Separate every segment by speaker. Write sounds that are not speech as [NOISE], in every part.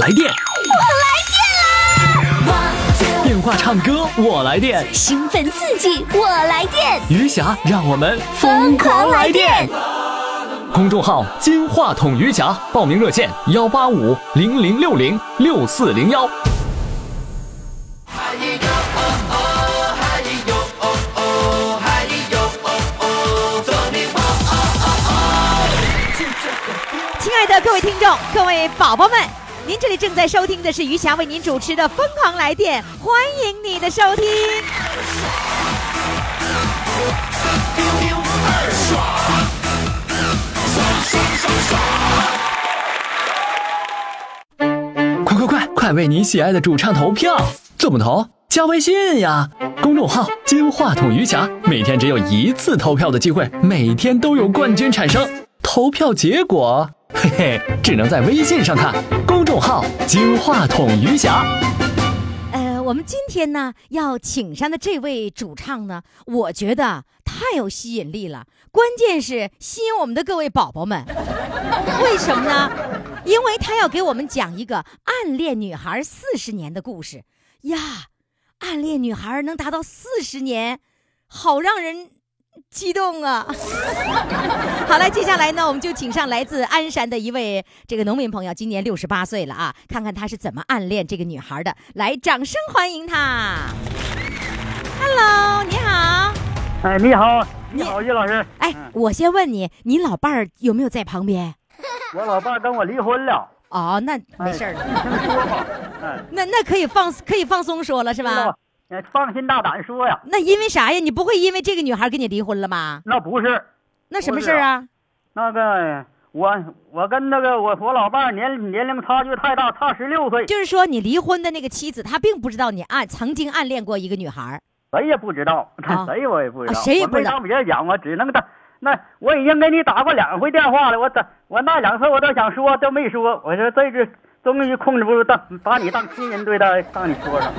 Speaker 1: 来电，
Speaker 2: 我来电啦！
Speaker 1: 电话唱歌我来电，
Speaker 2: 兴奋刺激，我来电，
Speaker 1: 余霞让我们疯狂来电。公众号“金话筒余霞”，报名热线：幺八五零零六零六四零幺。
Speaker 3: 亲爱的各位听众，各位宝宝们，您这里正在收听的是余霞为您主持的《疯狂来电》，欢迎你的收听。
Speaker 1: 快快快，快为你喜爱的主唱投票！怎么投？加微信呀，公众号“金话筒余霞”，每天只有一次投票的机会，每天都有冠军产生。投票结果，嘿嘿，只能在微信上看。公众号“金话筒余霞
Speaker 3: 呃，我们今天呢要请上的这位主唱呢，我觉得太有吸引力了，关键是吸引我们的各位宝宝们。 [LAUGHS] 为什么呢？因为他要给我们讲一个暗恋女孩四十年的故事呀！暗恋女孩能达到四十年，好让人激动啊！好了，接下来呢，我们就请上来自鞍山的一位这个农民朋友，今年六十八岁了啊，看看他是怎么暗恋这个女孩的。来，掌声欢迎他。Hello，你好。
Speaker 4: 哎，你好，你好，叶老师。
Speaker 3: 哎
Speaker 4: 嗯，
Speaker 3: 我先问你，你老伴儿有没有在旁边？
Speaker 4: 我老伴儿跟我离
Speaker 3: [LAUGHS]
Speaker 4: 婚了，
Speaker 3: 哦，那没事儿了，
Speaker 4: 你听 [LAUGHS] 说吧。哎，
Speaker 3: 那那可以放可以放松说了是
Speaker 4: 知道
Speaker 3: 吧？
Speaker 4: 吧哎放心大胆说呀，
Speaker 3: 那因为啥呀？你不会因为这个女孩跟你离婚了吧？
Speaker 4: 那不是
Speaker 3: 那什么事儿啊？
Speaker 4: 那个我我跟那个我我老伴儿年年龄差距太大，差十六岁，
Speaker 3: 就是说你离婚的那个妻子，她并不知道你暗曾经暗恋过一个女孩。
Speaker 4: 谁也不知道
Speaker 3: 啊，
Speaker 4: [LAUGHS] 谁我也不知道，
Speaker 3: 啊谁也不知道
Speaker 4: 我没让别人讲，我只能打。那我已经给你打过两回电话了，我怎我那两次我都想说都没说，我说这次终于控制不住，当把你当亲人对待，让你说了。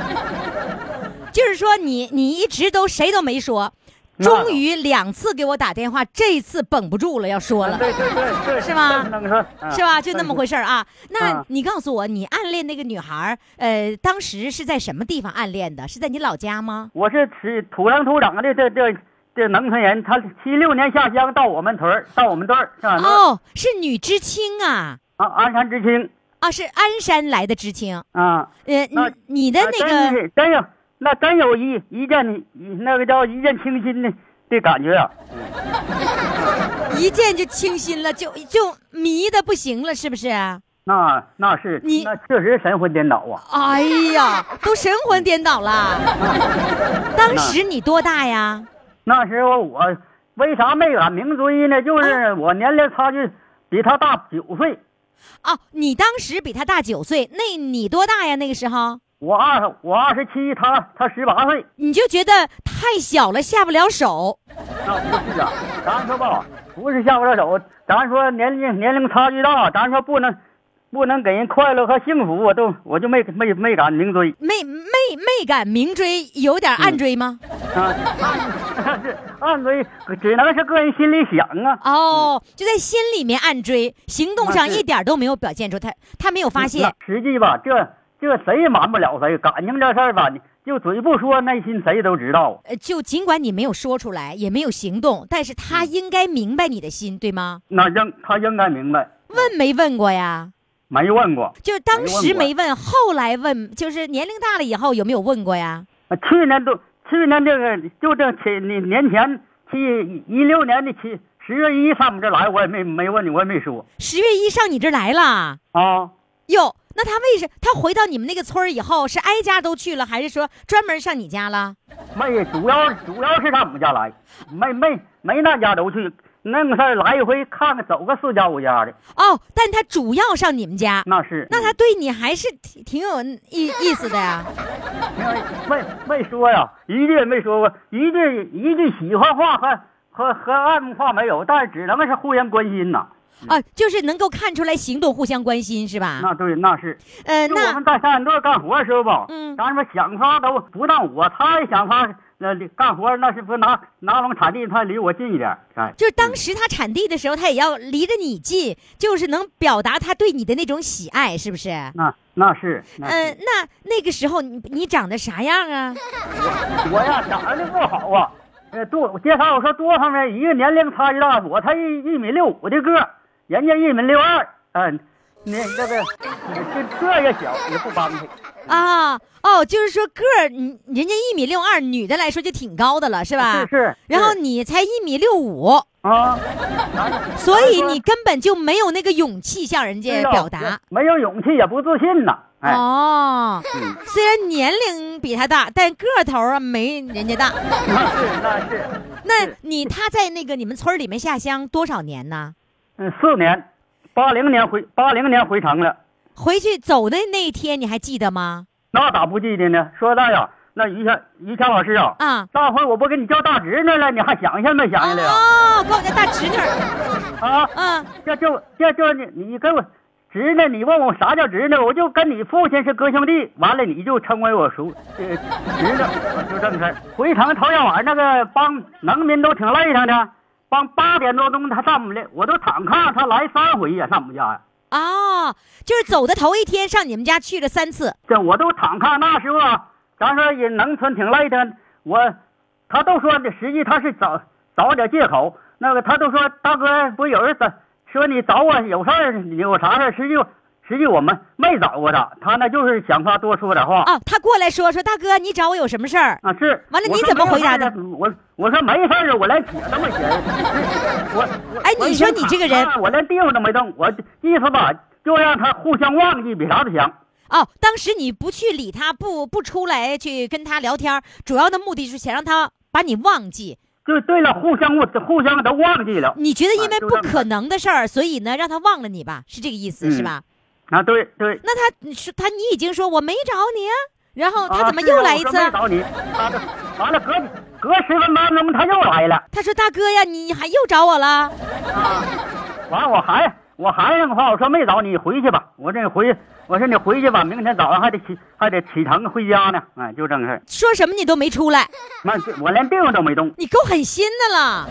Speaker 3: 就是说你你一直都谁都没说，
Speaker 4: 那
Speaker 3: 终于两次给我打电话，这次绷不住了要说
Speaker 4: [LAUGHS]
Speaker 3: 了，
Speaker 4: 对对对对，
Speaker 3: 是吗
Speaker 4: 那么说嗯
Speaker 3: 是吧？就那么回事儿啊。那
Speaker 4: 啊
Speaker 3: 你告诉我，你暗恋那个女孩，呃，当时是在什么地方暗恋的？是在你老家吗？
Speaker 4: 我是土土生土长的这这这农村人，他七六年下乡到我们屯儿，到我们队儿是吧？啊那
Speaker 3: 哦，是女知青啊，
Speaker 4: 啊，鞍山知青
Speaker 3: 啊，是鞍山来的知青。
Speaker 4: 啊，
Speaker 3: 呃，你
Speaker 4: 那
Speaker 3: 你的
Speaker 4: 啊
Speaker 3: 那
Speaker 4: 真
Speaker 3: 个
Speaker 4: 是真有那真有一一见那个叫一见倾心的的感觉啊！
Speaker 3: 一见就清新了，就就迷的不行了，是不
Speaker 4: [LAUGHS]
Speaker 3: 是？
Speaker 4: 那那是
Speaker 3: 你
Speaker 4: 那确实神魂颠倒啊！
Speaker 3: 哎呀，都神魂颠倒
Speaker 4: [LAUGHS]
Speaker 3: 了。当时你多大呀？
Speaker 4: 那时候我为啥没敢明追呢？
Speaker 3: 啊
Speaker 4: 就是我年龄差距比他大九岁，
Speaker 3: 哦，你当时比他大九岁，那你多大呀？那个时候
Speaker 4: 我二我二十七，他他十八岁。
Speaker 3: 你就觉得太小了，下不了手。
Speaker 4: 那不是啊，咱说吧，不是下不了手，咱说年龄年龄差距大，咱说不能不能给人快乐和幸福，我都我就没没没敢明追
Speaker 3: 没没没敢明追，有点暗追吗？
Speaker 4: 啊， [LAUGHS] 暗是暗追，只能是个人心里想啊。
Speaker 3: 哦，就在心里面暗追，行动上
Speaker 4: 那是
Speaker 3: 一点都没有表现出他，他没有发现。
Speaker 4: 那实际吧，这这谁也瞒不了谁，感情这事儿吧，你就嘴不说，内心谁都知道。
Speaker 3: 呃，就尽管你没有说出来，也没有行动，但是他
Speaker 4: 嗯
Speaker 3: 应该明白你的心，对吗？
Speaker 4: 那应他应该明白，
Speaker 3: 问没问过呀？
Speaker 4: 没问过。
Speaker 3: 就是当时没
Speaker 4: 嗯没
Speaker 3: 问，后来问，就是年龄大了以后有没有问过呀？
Speaker 4: 啊去年都去年这个就这前年年前七一六年的七十月一上我们这来，我也没没问你，我也没说
Speaker 3: 十月一上你这儿来了，
Speaker 4: 啊。
Speaker 3: 哟，那他为什他回到你们那个村儿以后是挨家都去了，还是说专门上你家了？
Speaker 4: 没，主要主要是上我们家来，没没没那家都去，那个事儿来一回看看，走个四家五家的，
Speaker 3: 哦，但他主要上你们家，
Speaker 4: 那是。
Speaker 3: 那他对你还是挺挺有意意思的呀？
Speaker 4: 没没说呀，一句也没说过，一句一句喜欢话和和和爱慕话没有，但是只能是互相关心呐。
Speaker 3: 啊，就是能够看出来行动互相关心是吧？
Speaker 4: 嗯那对，那是。
Speaker 3: 呃，
Speaker 4: 就我
Speaker 3: 那
Speaker 4: 们在山队干活的时候吧，
Speaker 3: 嗯
Speaker 4: 咱们想他都不但我，他也想他，那离干活那是不拿拿农场地，他离我近一点，哎，
Speaker 3: 就是当时他产地的时候，他也要离着你近，就是能表达他对你的那种喜爱，是不是？
Speaker 4: 那那是，那是
Speaker 3: 嗯，那那个时候你你长得啥样啊？
Speaker 4: 我呀长得不好啊，呃，多我介绍我说多方面，一个年龄差距大，我才一一米六五的个儿，人家一米六二，嗯、那那个这个儿也小，也不般配。
Speaker 3: 啊，哦，就是说个儿，你人家一米六二，女的来说就挺高的了，是吧？
Speaker 4: 是是
Speaker 3: 然后
Speaker 4: 是
Speaker 3: 你才一米六五，
Speaker 4: 啊，
Speaker 3: 所以你根本就没有那个勇气向人家表达。
Speaker 4: 没有勇气，也不自信呐。哎，
Speaker 3: 哦，
Speaker 4: 嗯
Speaker 3: 虽然年龄比他大，但个头啊没人家大。
Speaker 4: 那是那是，
Speaker 3: 那
Speaker 4: 是
Speaker 3: 你他在那个你们村儿里面下乡多少年呢？
Speaker 4: 嗯，四年，八零年回八零年回城了，
Speaker 3: 回去走的那一天你还记得吗？
Speaker 4: 那咋不记得呢？说那呀，那于谦于谦老师啊，
Speaker 3: 啊
Speaker 4: 大回我不给你叫大侄女了，你还想想没想起来呀？
Speaker 3: 哦，管我叫大侄女儿。
Speaker 4: 啊，
Speaker 3: 嗯，
Speaker 4: 这就这就你你跟我侄女，你问我啥叫侄女，我就跟你父亲是哥兄弟，完了你就成为我叔呃侄女，我就这么事儿。回城头天晚那个帮农民都挺累挺的，帮八点多钟他上我们来，我都躺炕，他来三回呀，上我们家呀。
Speaker 3: 哦，就是走的头一天上你们家去了三次。
Speaker 4: 这我都躺炕，那时候啊，咱说也农村挺累的，我他都说的，实际他是找找点借口。那个他都说大哥，不有人找说你找我有事儿，你有啥事儿？实际实际我们没找过他，他那就是想法多说点话
Speaker 3: 啊，他过来说说大哥，你找我有什么事儿？
Speaker 4: 啊。是
Speaker 3: 完了
Speaker 4: 我
Speaker 3: 你
Speaker 4: 说
Speaker 3: 怎么
Speaker 4: 没有
Speaker 3: 回答
Speaker 4: 事儿
Speaker 3: 的
Speaker 4: 啊我我说没事儿啊，我连铁都没闲。是我
Speaker 3: [LAUGHS]
Speaker 4: 我
Speaker 3: 哎
Speaker 4: 我
Speaker 3: 你
Speaker 4: 一
Speaker 3: 说
Speaker 4: 天
Speaker 3: 你
Speaker 4: 躺
Speaker 3: 这个人
Speaker 4: 炕我连地方都没动，我意思吧，就让他互相忘记比啥都强。
Speaker 3: 哦，当时你不去理他，不不出来去跟他聊天儿，主要的目的是想让他把你忘记。
Speaker 4: 就对了，互相互相都忘记了。
Speaker 3: 你觉得因为
Speaker 4: 啊就
Speaker 3: 不
Speaker 4: 这么
Speaker 3: 可能的事儿，所以呢让他忘了你吧，是这个意思、是
Speaker 4: 嗯
Speaker 3: 吧？
Speaker 4: 啊，对对。
Speaker 3: 那他你说他你已经说我没找你啊，然后他
Speaker 4: 啊
Speaker 3: 怎么
Speaker 4: 是啊
Speaker 3: 又来一
Speaker 4: 我说
Speaker 3: 次？
Speaker 4: 没找你，啊这完了隔隔十分八分钟他又来了，
Speaker 3: 他说大哥呀，你还又找我了？
Speaker 4: 完了我还我还那个话，我说没找你，回去吧。我这回我说你回去吧，明天早上还得起还得启程回家呢。哎，就这个事儿，
Speaker 3: 说什么你都没出来，
Speaker 4: 那这我连地方都没动。
Speaker 3: 你够狠心的了。
Speaker 4: 啊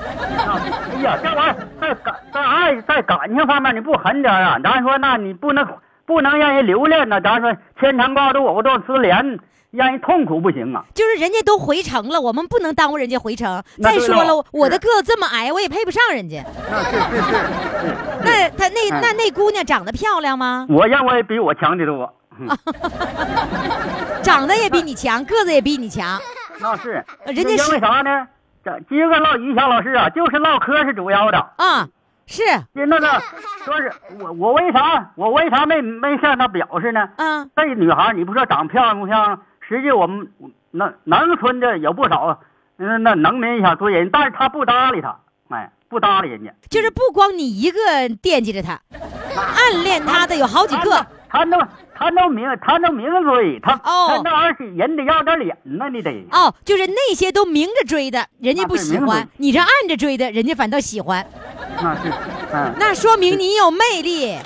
Speaker 4: 哎呀，这玩意儿在感在爱在感情方面你不狠点儿啊？咱说那你不能不能让人留恋呢，咱说牵肠挂肚、藕断丝连，让人痛苦不行啊。
Speaker 3: 就是人家都回城了，我们不能耽误人家回城。
Speaker 4: 那
Speaker 3: 再
Speaker 4: 对
Speaker 3: 说
Speaker 4: 了
Speaker 3: 了，我的
Speaker 4: 是
Speaker 3: 个子这么矮，我也配不上人家。
Speaker 4: 那是是是是，
Speaker 3: 那他那
Speaker 4: 哎
Speaker 3: 那那姑娘长得漂亮吗？
Speaker 4: 我认为比我强的多。嗯
Speaker 3: [LAUGHS] 长得也比你强，个子也比你强。
Speaker 4: [LAUGHS] 那是，
Speaker 3: 呃人家
Speaker 4: 因
Speaker 3: 是
Speaker 4: 为啥呢？这今个唠于霞老师啊，就是唠嗑是主要的。
Speaker 3: 啊，是
Speaker 4: 那那
Speaker 3: [LAUGHS]
Speaker 4: 个说是我我为啥我为啥没没向她表示呢？
Speaker 3: 啊，
Speaker 4: 这女孩儿你不说长漂亮不漂亮？实际我们那农村的有不少，嗯，那农民想追人，但是她不搭理他，哎，不搭理人家。
Speaker 3: 就是不光你一个惦记着他，暗恋他的有好几个。
Speaker 4: 她那她那明她那明追，她
Speaker 3: 哦
Speaker 4: 她那玩意儿人得要点脸呢，你得。
Speaker 3: 哦，就是那些都明着追的，人家不喜
Speaker 4: 那是明
Speaker 3: 欢
Speaker 4: 着；
Speaker 3: 你这暗着追的，人家反倒喜欢。
Speaker 4: 那是，嗯，
Speaker 3: 那说明你有魅力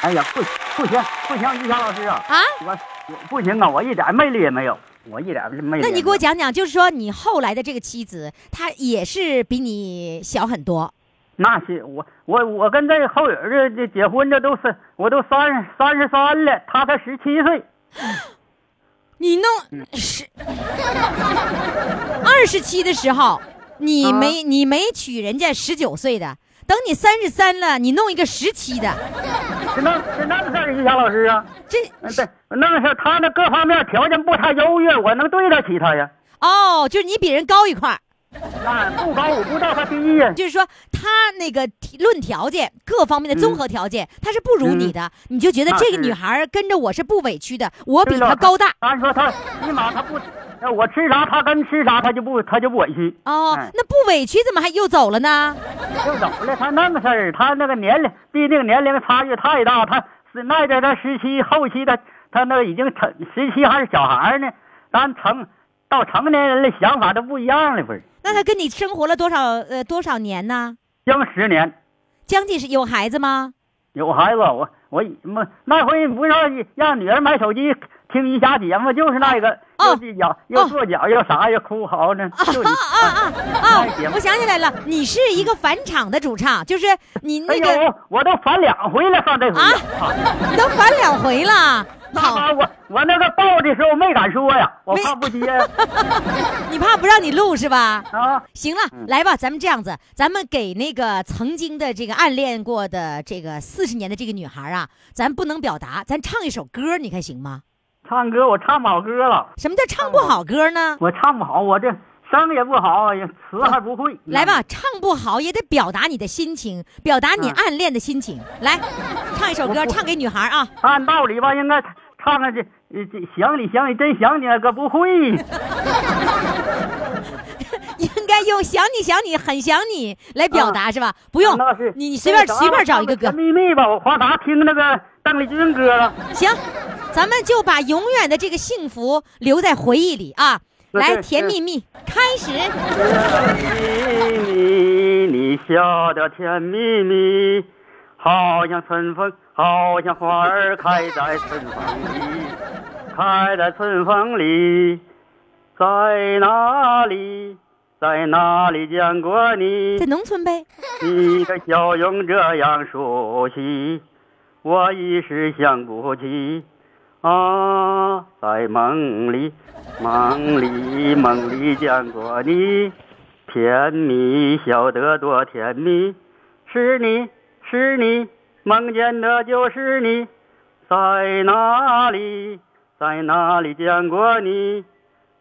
Speaker 4: 哎呀，不不行不行，于霞老师啊。
Speaker 3: 啊！
Speaker 4: 我我不行啊，我一点魅力也没有，我一点魅力也没有。
Speaker 3: 那你给我讲讲，就是说你后来的这个妻子，她也是比你小很多
Speaker 4: 那是我我我跟这后友这这结婚这都是我都三十三十三了，他才十七岁，
Speaker 3: 你
Speaker 4: 嗯
Speaker 3: 弄是二十七的时候，
Speaker 4: 啊
Speaker 3: 你没、你没娶人家十九岁的，等你三十三了，你弄一个十七的，
Speaker 4: 是那是那个事儿，于霞老师啊，
Speaker 3: 这
Speaker 4: 嗯对，那个事儿他那各方面条件不太优越，我能对得起他呀？
Speaker 3: 哦，就是你比人高一块儿，
Speaker 4: 那不高我不知道他第一呀，
Speaker 3: 就是说他那个提论条件各方面的综合条件，他是不如你的，你就觉得
Speaker 4: 嗯那
Speaker 3: 这个
Speaker 4: 是
Speaker 3: 女孩儿跟着我是不委屈的，我比
Speaker 4: 对了
Speaker 3: 她高大。
Speaker 4: 咱说他起码他不，呃我吃啥他跟吃啥他就不他就不委屈。
Speaker 3: 哦
Speaker 4: 哎，
Speaker 3: 那不委屈怎么还又走了呢？
Speaker 4: 就走了。他那个事儿，他那个年龄，毕竟年龄差距太大，他是那阵儿他十七，后期他他那已经成十七还是小孩儿呢，咱成到成年人的想法都不一样了，不是？
Speaker 3: 那他跟你生活了多少呃多少年呢？
Speaker 4: 将十年
Speaker 3: 将近是有孩子吗？
Speaker 4: 有孩子，我我么那回不是让女儿买手机听余霞节目，就是那个又跺脚又跺脚又啥又哭嚎呢，就你
Speaker 3: 哦啊啊
Speaker 4: 哎
Speaker 3: 啊！我想起来了，你是一个返场的主唱，就是你
Speaker 4: 哎
Speaker 3: 那个、
Speaker 4: 呦，我都返两回了，上这回啊，
Speaker 3: 你都返两回了。好，[LAUGHS]
Speaker 4: [LAUGHS] 那我我那个报的时候没敢说呀，我怕不接
Speaker 3: 你怕不让你录是吧？
Speaker 4: 啊。
Speaker 3: 行了，来吧，咱们这样子，咱们给那个曾经的这个暗恋过的这个四十年的这个女孩啊，咱不能表达，咱唱一首歌，你看行吗？
Speaker 4: 唱歌我唱不好歌了，
Speaker 3: 什么叫唱不好歌呢？
Speaker 4: 我唱不好，我这声也不好，也词还不会。
Speaker 3: 来吧，唱不好也得表达你的心情，表达你
Speaker 4: 嗯
Speaker 3: 暗恋的心情。来，唱一首歌，
Speaker 4: 我
Speaker 3: 唱给女孩啊。
Speaker 4: 按道理吧，应该唱唱这呃这想你想你真想你了，可不会。
Speaker 3: 应该用“想你想你很想你”来表达、是吧？不用
Speaker 4: 啊那是，
Speaker 3: 你你随便
Speaker 4: 啊那啥
Speaker 3: 随便找一个歌
Speaker 4: 甜，蜜蜜吧，我华达听那个邓丽君歌了。
Speaker 3: 行，咱们就把永远的这个幸福留在回忆里啊！
Speaker 4: 那
Speaker 3: 来，
Speaker 4: 是
Speaker 3: 甜
Speaker 4: 是
Speaker 3: 蜜蜜，开始。
Speaker 4: 甜蜜蜜，你笑得甜蜜蜜，好像春风，好像花儿开在春风里，开在春风里，在哪里，在哪里见过你
Speaker 3: 在？农村呗，
Speaker 4: 你的笑容这样熟悉，我一时想不起。啊，在梦里，梦里，梦里见过你，甜蜜笑得多甜蜜，是你是你，梦见的就是你，在哪里，在哪里见过你？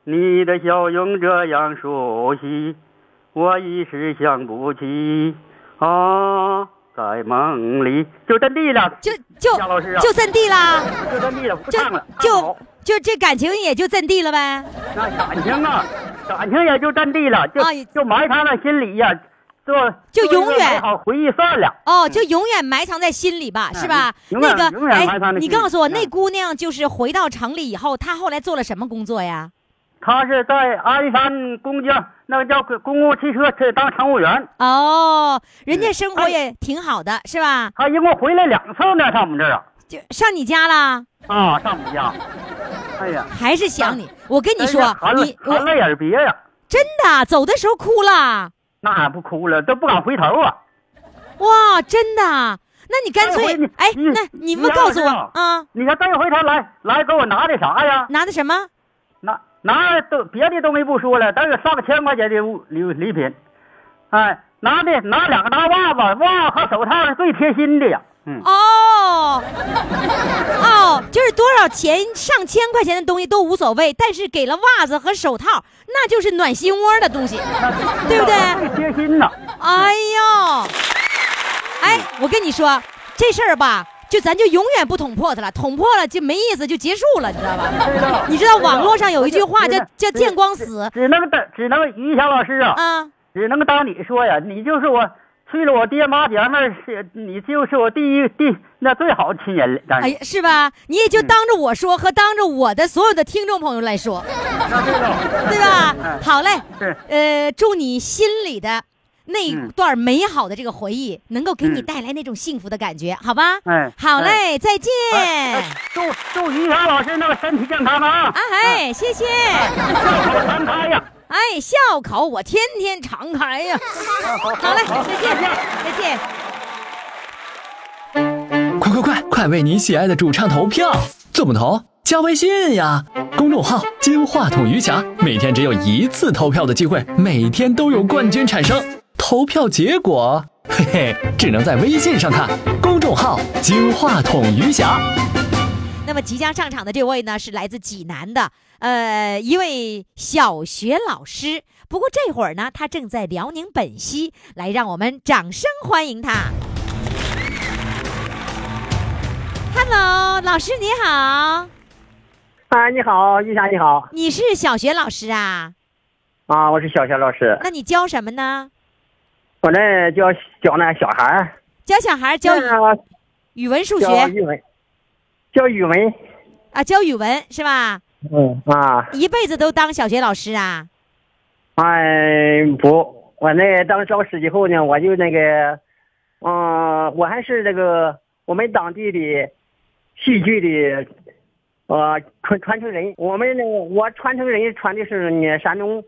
Speaker 4: 你的笑容这样熟悉，我一时想不起。啊，在梦里，就这地了，
Speaker 3: 就就
Speaker 4: 夏老师啊
Speaker 3: 就阵地啦，
Speaker 4: 就这地了，不
Speaker 3: 就
Speaker 4: 唱了，唱不
Speaker 3: 就
Speaker 4: 好
Speaker 3: 就这感情也就阵地了呗。
Speaker 4: 那感情啊，感情也就占地了，就、
Speaker 3: 啊
Speaker 4: 就埋藏在心里呀、做
Speaker 3: 就永远
Speaker 4: 做一个美好回忆算了。
Speaker 3: 哦，就永远埋藏在心里吧，
Speaker 4: 嗯
Speaker 3: 是吧？
Speaker 4: 永
Speaker 3: 那
Speaker 4: 远
Speaker 3: 个哎
Speaker 4: 永远埋藏在
Speaker 3: 你
Speaker 4: 心里
Speaker 3: 告诉我，那
Speaker 4: 嗯
Speaker 3: 姑娘就是回到城里以后，她后来做了什么工作呀？
Speaker 4: 他是在鞍山公交，那个叫公共汽车，这当乘务员。
Speaker 3: 哦，人家
Speaker 4: 嗯
Speaker 3: 生活
Speaker 4: 哎
Speaker 3: 也挺好的，是吧？
Speaker 4: 他一共回来两次呢，上我们这儿啊，
Speaker 3: 就上你家啦，
Speaker 4: 啊，上我们家。哎呀，
Speaker 3: 还是想你。我跟你
Speaker 4: 哎呀
Speaker 3: 说
Speaker 4: 含，泪
Speaker 3: 你
Speaker 4: 含
Speaker 3: 我
Speaker 4: 泪耳别呀、
Speaker 3: 真的走的时候哭了，
Speaker 4: 那还不哭了，都不敢回头啊。
Speaker 3: 哇，真的。那你干脆
Speaker 4: 哎我，
Speaker 3: 哎，
Speaker 4: 你
Speaker 3: 那你们
Speaker 4: 你
Speaker 3: 告诉我
Speaker 4: 要是啊
Speaker 3: 啊，
Speaker 4: 你看，这回他来来给我拿的啥呀？
Speaker 3: 拿的什么？
Speaker 4: 拿拿都别的东西不说了，但是上千块钱的物礼礼品，哎，拿的拿两个大袜子，袜子和手套是最贴心的呀。嗯，
Speaker 3: 哦， [LAUGHS] 哦，就是多少钱，上千块钱的东西都无所谓，但是给了袜子和手套，那就是暖心窝的东西。对不对
Speaker 4: 最贴心呐。
Speaker 3: 哎呦，哎，我跟你说这事儿吧，就咱就永远不捅破它了，捅破了就没意思，就结束了，你知道吧？
Speaker 4: 知 [LAUGHS] 道
Speaker 3: 你知道网络上有一句话
Speaker 4: 知
Speaker 3: 叫
Speaker 4: 道
Speaker 3: 叫
Speaker 4: 知
Speaker 3: 见光死
Speaker 4: 只能当只能于霞老师啊，
Speaker 3: 啊！
Speaker 4: 只能当你说呀，你就是我去了我爹妈前面是你就是我第一第那最好的亲人了。当
Speaker 3: 哎
Speaker 4: 然
Speaker 3: 呀，是吧？你也就当着我说和当着我的所有的听众朋友来说，
Speaker 4: 那对了，
Speaker 3: [LAUGHS] 对吧？
Speaker 4: 嗯
Speaker 3: 好嘞，
Speaker 4: 是
Speaker 3: 呃，祝你心里的那一
Speaker 4: 嗯
Speaker 3: 段美好的这个回忆，能够给你
Speaker 4: 嗯
Speaker 3: 带来那种幸福的感觉，好吧？
Speaker 4: 哎
Speaker 3: 好嘞，再见。
Speaker 4: 哎哎祝祝于霞老师那个身体健康啊，
Speaker 3: 啊嘿，谢谢。
Speaker 4: 哎好常开呀。
Speaker 3: 哎，笑口我天天常开呀。好嘞，再见，再见。
Speaker 1: 快快快，快为你喜爱的主唱投票！怎么投？加微信呀，公众号“金话筒余霞”，每天只有一次投票的机会，每天都有冠军产生。投票结果，嘿嘿，只能在微信上看。公众号“金话筒余霞”。
Speaker 3: 那么即将上场的这位呢，是来自济南的，呃，一位小学老师。不过这会儿呢，他正在辽宁本溪，来让我们掌声欢迎他。Hello，老师你好，
Speaker 5: 啊，你好，玉霞，你好
Speaker 3: 你是小学老师啊？
Speaker 5: 啊，我是小学老师，
Speaker 3: 那你教什么呢？
Speaker 5: 我那教教那小孩儿
Speaker 3: 教小孩儿教语
Speaker 5: 那
Speaker 3: 语文、数
Speaker 5: 教
Speaker 3: 学
Speaker 5: 语文，教语文，
Speaker 3: 啊，教语文是吧？
Speaker 5: 嗯啊，
Speaker 3: 一辈子都当小学老师啊？
Speaker 5: 哎不，
Speaker 4: 呃
Speaker 5: 我那当老师以后呢，我就那个，嗯、我还是那个
Speaker 4: 我们当地的戏剧的呃传传承人。我们那个我传承人传的是你山东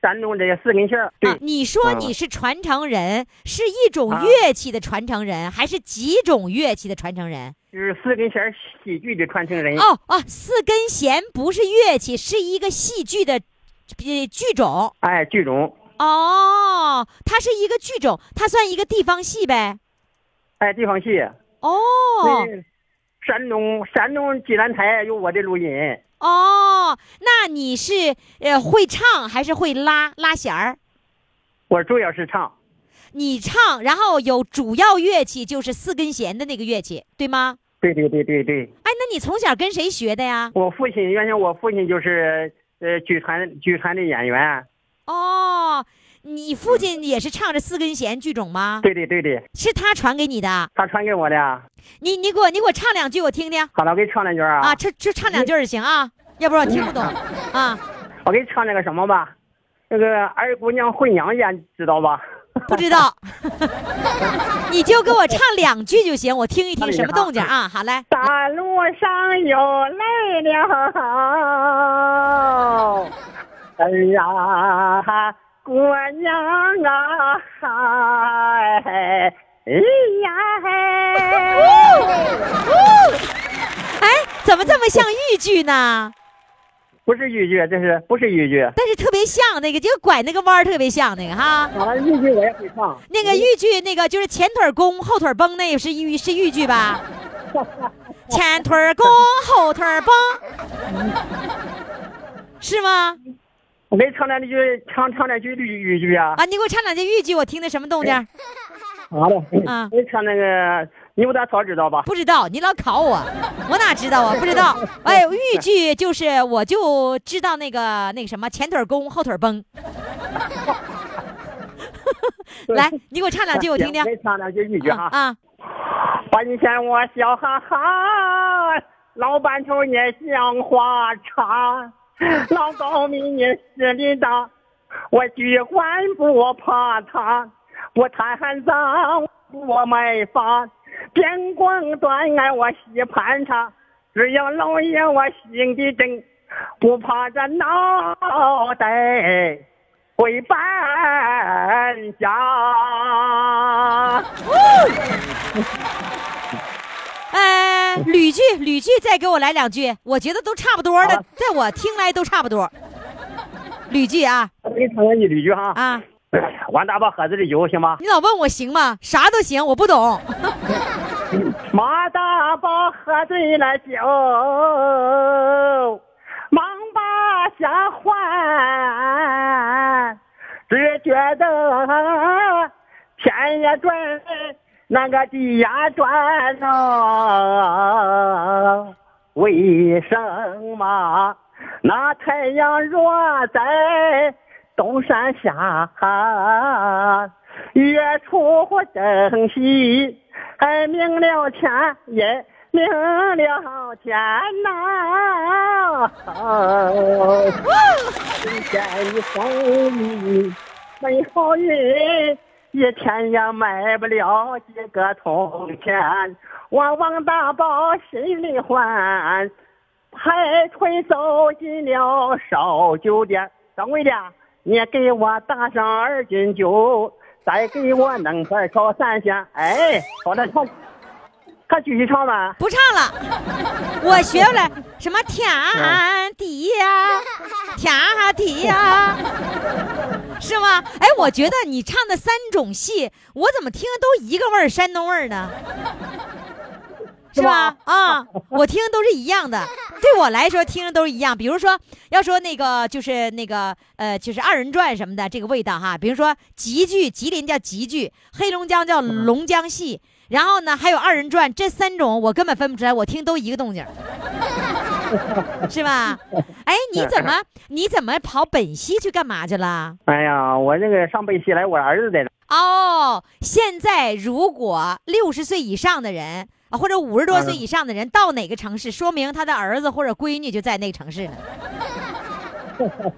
Speaker 4: 山东这个四根弦儿对
Speaker 3: 啊，，你说
Speaker 4: 嗯
Speaker 3: 你是传承人，是一种乐器的传承人，还是几种乐器的传承人？
Speaker 4: 就是四根弦儿喜剧的传承人。
Speaker 3: 哦哦，四根弦不是乐器，是一个戏剧的呃剧种。
Speaker 4: 哎，剧种。
Speaker 3: 哦，它是一个剧种，它算一个地方戏呗。
Speaker 4: 哎，地方戏。
Speaker 3: 哦
Speaker 4: 那山东山东济南台有我的录音。
Speaker 3: 哦，那你是呃会唱还是会拉拉弦儿？
Speaker 4: 我主要是唱。
Speaker 3: 你唱，然后有主要乐器就是四根弦的那个乐器，对吗？
Speaker 4: 对对对对对，
Speaker 3: 哎，那你从小跟谁学的呀？
Speaker 4: 我父亲原先我父亲就是呃剧团剧团的演员。
Speaker 3: 哦，你父亲也是唱着四根弦剧种吗？
Speaker 4: 对对对对，
Speaker 3: 是他传给你的。
Speaker 4: 他传给我的。
Speaker 3: 你你给我你给我唱两句我听听
Speaker 4: 好了，我给你唱两句啊。
Speaker 3: 啊，就就唱两句儿就行啊，要不然我听不懂啊，
Speaker 4: 我给你唱那个什么吧，那个二姑娘回娘家，你知道吧？
Speaker 3: 不知道。 [LAUGHS] 你就给我唱两句就行，我听一听什么动静啊。好嘞，
Speaker 4: 大路上有泪了，哎呀，姑娘啊，哎呀，
Speaker 3: 哎，怎么这么像豫剧呢？
Speaker 4: 不是豫剧，这是不是豫剧？
Speaker 3: 但是特别像那个，就拐那个弯儿特别像那个哈。
Speaker 4: 啊，豫剧我也会唱。
Speaker 3: 那个豫剧，那个就是前腿儿弓后腿儿绷，那也是豫是豫剧 [LAUGHS] 吧？前腿儿弓后腿儿绷，是吗？
Speaker 4: 我给你唱两句，唱唱两句豫豫剧啊。
Speaker 3: 啊，你给我唱两句豫剧，我听的什么动静儿？
Speaker 4: 好的，
Speaker 3: 啊
Speaker 4: 我给你唱那个牛大嫂，知道吧？
Speaker 3: 不知道，你老考我，我哪知道啊？不知道。哎，豫剧就是，我就知道那个那个什么，前腿儿弓后腿儿 [LAUGHS] 绷。来，你给我唱两句，我听听
Speaker 4: 行给。你唱两句豫剧
Speaker 3: 啊
Speaker 4: 啊。
Speaker 3: 啊，
Speaker 4: 半天我笑哈哈，老板头也像花茶， [LAUGHS] 老高明也实力大，我举官不怕他，不贪赃不卖法，边光端哎我西盘查，只要老爷我心地正，不怕这脑袋回搬家。
Speaker 3: 呃，吕剧，吕剧，再给我来两句，我觉得都差不多
Speaker 4: 好
Speaker 3: 了
Speaker 4: 啊，
Speaker 3: 在我听来都差不多。吕剧啊
Speaker 4: 我哎给你唱两句吕剧哈。
Speaker 3: 啊，
Speaker 4: 往哎大把盒子里游行吗？
Speaker 3: 你老问我行吗？啥都行，我不懂。
Speaker 4: 马大宝喝醉了酒，忙把下换，只觉得天也转，那个地呀转呐、为什么那太阳落在东山下，月出正西，哎，明了天也明了天呐、今天一风雨，没好运，一天也买不了几个铜钱。我王大宝心里欢，海豚走进了烧酒店。掌柜的，你给我打上二斤酒，再给我弄块烤三鲜。哎，好了，他他继续唱吧。
Speaker 3: 不唱了，我学不来什么天地呀、天地呀、是吗？哎，我觉得你唱的三种戏，我怎么听都一个味儿，山东味儿呢？是吧？啊、我听都是一样 [LAUGHS] 的，对我来说听着都是一样。比如说，要说那个就是那个呃，就是二人转什么的这个味道哈。比如说吉剧，吉林叫吉剧，黑龙江叫龙江戏，然后呢还有二人转，这三种我根本分不出来，我听都一个动静儿， [LAUGHS] 是吧？哎，你怎么你怎么跑本溪去干嘛去了？
Speaker 4: 哎呀，我这个上北西来，我儿子在这。
Speaker 3: 哦，现在如果六十岁以上的人啊，或者五十多岁以上的人到哪个城市，说明他的儿子或者闺女就在那个城市
Speaker 4: [LAUGHS]
Speaker 3: 呢，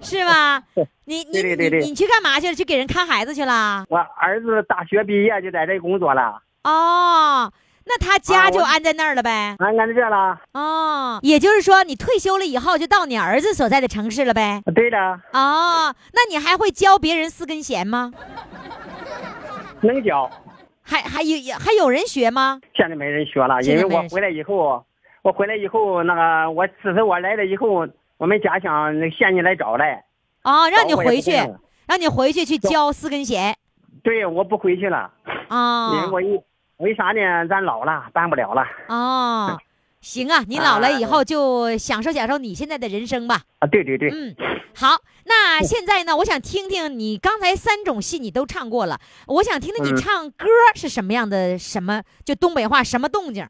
Speaker 3: 是吧？你你
Speaker 4: 对对对对
Speaker 3: 你你去干嘛去了？去给人看孩子去了？
Speaker 4: 我儿子大学毕业就在这工作了。
Speaker 3: 哦，那他家
Speaker 4: 啊
Speaker 3: 就
Speaker 4: 我
Speaker 3: 安在那儿了呗？
Speaker 4: 俺俺在这了。
Speaker 3: 哦，也就是说你退休了以后就到你儿子所在的城市了呗？
Speaker 4: 对了，
Speaker 3: 哦，那你还会教别人四根弦吗？
Speaker 4: 能教，
Speaker 3: 还还有还有人学吗？
Speaker 4: 现在没人学了，
Speaker 3: 现
Speaker 4: 因
Speaker 3: 在
Speaker 4: 为
Speaker 3: 没人
Speaker 4: 我回来以后，我回来以后那个，我此次我来了以后，我们家乡那个县里来找来，
Speaker 3: 啊、让你
Speaker 4: 找我也
Speaker 3: 回
Speaker 4: 不
Speaker 3: 去，
Speaker 4: 了
Speaker 3: 让你回去去教四根弦
Speaker 4: 对，我不回去了，因为
Speaker 3: 啊
Speaker 4: 我一为啥呢？咱老了，办不了了。
Speaker 3: 啊！行啊，你老了以
Speaker 4: 啊
Speaker 3: 后就享受享受你现在的人生吧。
Speaker 4: 啊，对对对，
Speaker 3: 嗯，好，那现在呢，我想听听你刚才三种戏你都唱过了，我想听听你
Speaker 4: 嗯
Speaker 3: 唱歌是什么样的，什么就东北话什么动静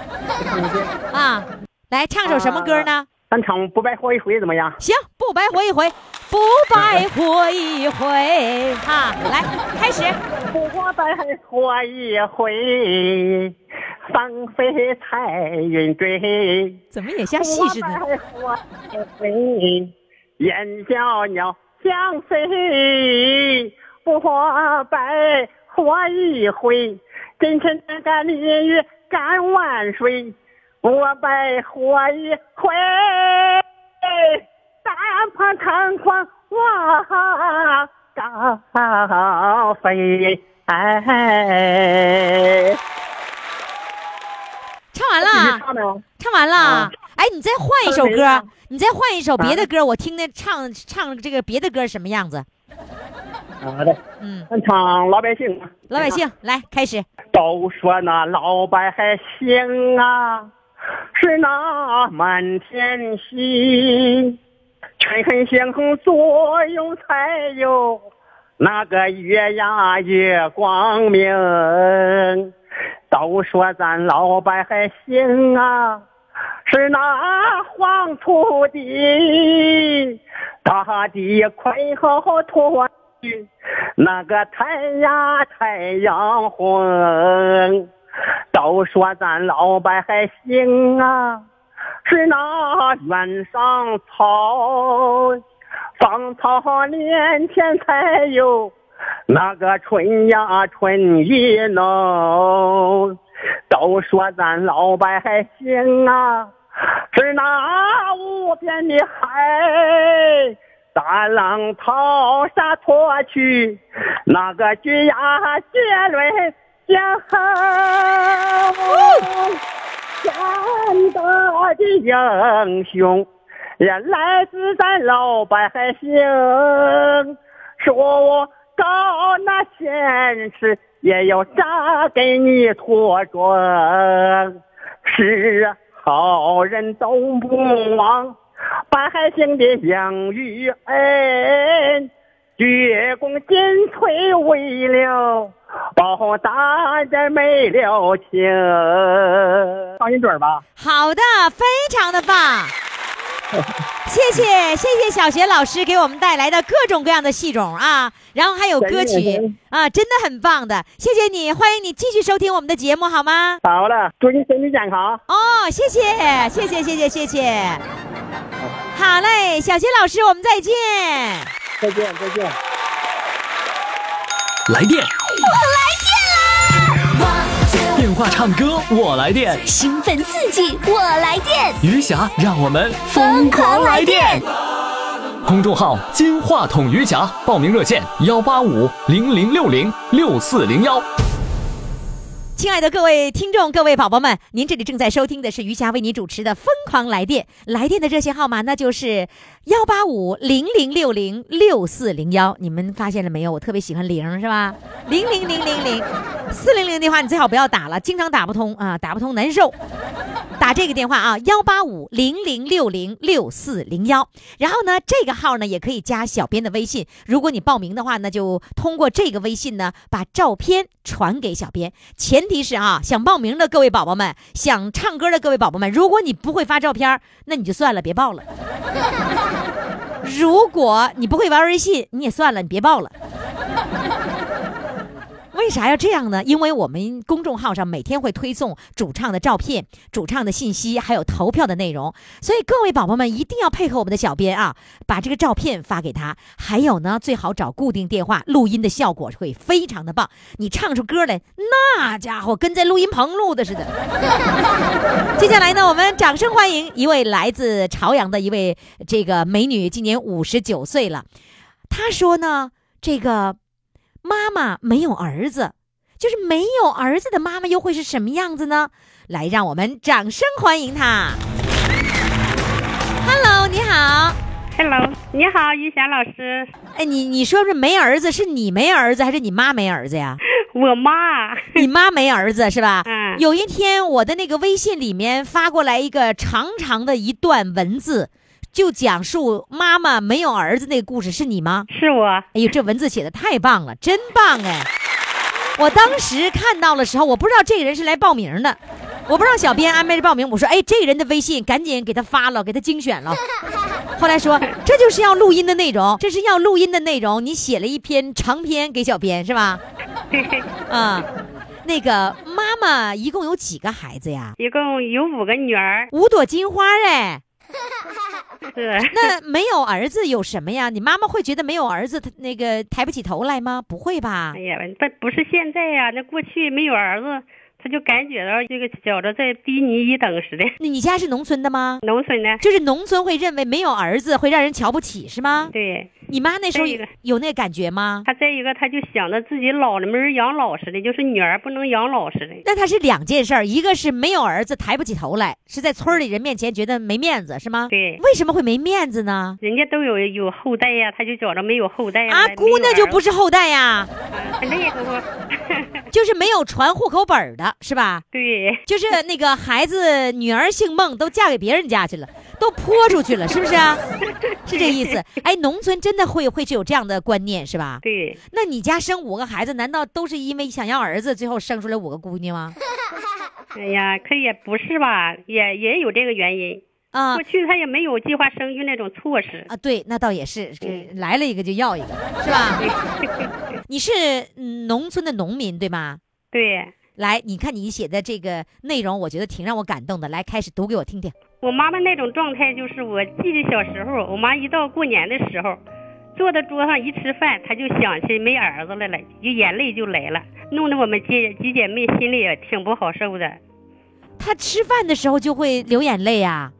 Speaker 3: 儿啊？来唱首什么歌呢？
Speaker 4: 咱唱不白活一回怎么样？
Speaker 3: 行，不白活一回，不白活一回哈、来，开始，
Speaker 4: 不过白活一回，芳菲彩云追。
Speaker 3: 怎么也
Speaker 4: 哎
Speaker 3: 像戏似的？
Speaker 4: [LAUGHS] 我白活一回，燕叫鸟相随。不过白活一回，真真干干淋雨干万水。我白活一回，打破弹框我高飞。哎，
Speaker 3: 唱完
Speaker 4: 你
Speaker 3: 了，啊
Speaker 4: 唱的。
Speaker 3: 唱完了
Speaker 4: 啊。
Speaker 3: 哎，你再换一首
Speaker 4: 唱谁
Speaker 3: 歌
Speaker 4: 呢，
Speaker 3: 你再换一首别的歌，我听听唱唱这个别的歌什么样子？
Speaker 4: 好的，
Speaker 3: 嗯，
Speaker 4: 咱唱老百姓吧。
Speaker 3: 老百姓来开始。
Speaker 4: 都说那老百姓啊，是那满天星，全星空左右才有那个月呀月光明。都说咱老百姓啊，是那黄土地，大地宽厚土地，那个太呀太阳红。都说咱老百姓啊，是那原上草，芳草连天才有那个春呀春意浓。都说咱老百姓啊，是那无边的海，大浪淘沙拖去那个巨呀巨轮江。战斗的英雄，也来自咱老百姓。说到那现实，也要扎给你脱妆。是好人都不忘，百姓的养育恩。鞠躬尽瘁，为了报答这没了情。放心准儿吧，
Speaker 3: 好的，非常的
Speaker 4: [LAUGHS]
Speaker 3: 棒。谢谢谢谢小学老师给我们带来的各种各样的戏种啊，然后还有歌
Speaker 4: 感谢
Speaker 3: 曲啊，真的很棒的，谢谢你，欢迎你继续收听我们的节目好吗？
Speaker 4: 好了，祝你身体健康。
Speaker 3: 哦，谢谢谢谢谢谢谢谢，好嘞，小学老师，我们再见。
Speaker 4: 再见，再见。
Speaker 1: 来电，
Speaker 2: One,
Speaker 1: 电话唱歌我来电，
Speaker 2: two，兴奋刺激，我来电。
Speaker 1: 余霞让我们疯狂来电。公众号“金话筒余霞”，报名热线：幺八五零零六零六四零幺。
Speaker 3: 亲爱的各位听众、各位宝宝们，您这里正在收听的是余霞为您主持的《疯狂来电》，来电的热线号码那就是幺八五零零六零六四零幺。你们发现了没有？我特别喜欢零，是吧？零零零零零四零零电话你最好不要打了，经常打不通啊，打不通难受。打这个电话啊，幺八五零零六零六四零幺。然后呢，这个号呢也可以加小编的微信。如果你报名的话呢，就通过这个微信呢把照片传给小编。前提是啊， [LAUGHS] 想报名的各位宝宝们，想唱歌的各位宝宝们，如果你不会发照片儿，那你就算了，别报了。如果你不会玩微信，你也算了，你别报了。为为啥要这样呢？因为我们公众号上每天会推送主唱的照片、主唱的信息，还有投票的内容，所以各位宝宝们一定要配合我们的小编啊，把这个照片发给他。还有呢，最好找固定电话，录音的效果会非常的棒。你唱出歌来，那家伙跟在录音棚录的 [LAUGHS] 似的。接下来呢，我们掌声欢迎一位来自朝阳的一位这个美女，今年五十九岁了。她说呢，这个妈妈没有儿子，就是没有儿子的妈妈又会是什么样子呢？来，让我们掌声欢迎她。Hello，你好。
Speaker 6: Hello，你好，于霞老
Speaker 4: [LAUGHS]
Speaker 6: 师，
Speaker 3: 哎，你你说是没儿子，是你没儿子还是你妈没儿子呀？
Speaker 6: 我妈，
Speaker 3: 你妈没儿子是吧？
Speaker 6: 嗯
Speaker 3: 有一天我的那个微信里面发过来一个长长的一段文字，就讲述妈妈没有儿子那个故事，是你吗？
Speaker 6: 是我，
Speaker 3: 哎呦，这文字写的太棒了，真棒哎！我当时看到的时候，我不知道这个人是来报名的，我不知道小编安排着报名。我说，哎，这个人的微信赶紧给他发了，给他精选了。后来说，这就是要录音的内容，这是要录音的内容。你写了一篇长篇给小编是吧？啊、那个妈妈一共有几个孩子呀？
Speaker 6: 一共有五个女儿， [LAUGHS]
Speaker 3: 五朵金花哎，
Speaker 6: 是
Speaker 3: 那没有儿子有什么呀？你妈妈会觉得没有儿子，她那个抬不起头来吗？不会吧
Speaker 6: 哎？呀，不不是现在呀、那过去没有儿子，他就感觉到这个觉着在低你一等似的。
Speaker 3: 那你家是农村的吗？
Speaker 6: 农村呢，
Speaker 3: 就是农村会认为没有儿子会让人瞧不起是吗？
Speaker 6: 对，
Speaker 3: 你妈那时候
Speaker 6: 对
Speaker 3: 有
Speaker 6: 的
Speaker 3: 有那感觉吗？
Speaker 6: 他再一个他就想着自己老了没人养老似的，就是女儿不能养老似的。
Speaker 3: 那她是两件事儿，一个是没有儿子抬不起头来，是在村儿里人面前觉得没面子是吗？
Speaker 6: 对
Speaker 3: 为什么会没面子呢？
Speaker 6: 人家都有有后代呀、他就觉着没有后代哎呀、
Speaker 3: 啊，
Speaker 6: 没有
Speaker 3: 姑娘就
Speaker 6: 儿
Speaker 3: 不
Speaker 6: 子，
Speaker 3: 是后代呀，
Speaker 6: 啊那也给我，
Speaker 3: 就是没有传户口本儿的是吧？
Speaker 6: [LAUGHS] 对，
Speaker 3: 就是那个孩子女儿姓孟，都嫁给别人家去了，都泼出去了，是不是啊？是这意思。哎，农村真的会会是有这样的观念是吧？
Speaker 6: 对，
Speaker 3: 那你家生五个孩子，难道都是因为想要儿子，最后生出来五个姑娘吗？
Speaker 6: 哎呀，可也不是吧，也也有这个原因。
Speaker 3: 啊
Speaker 6: 过去他也没有计划生育那种措施。
Speaker 3: 啊，对，那倒也是，这
Speaker 6: 嗯
Speaker 3: 来了一个就要一个，是吧？你是嗯农村的农民对吗？
Speaker 6: [LAUGHS] 对
Speaker 3: 来，你看你写的这个内容，我觉得挺让我感动的。来，开始读给我听听。
Speaker 6: 我妈妈那种状态，就是我记得小时候，我妈一到过年的时候，坐在桌上一吃饭，她就想起没儿子来了，就眼泪就来了，弄得我们姐几姐妹心里也挺不好受的。
Speaker 3: 他吃饭的时候就会流眼泪啊。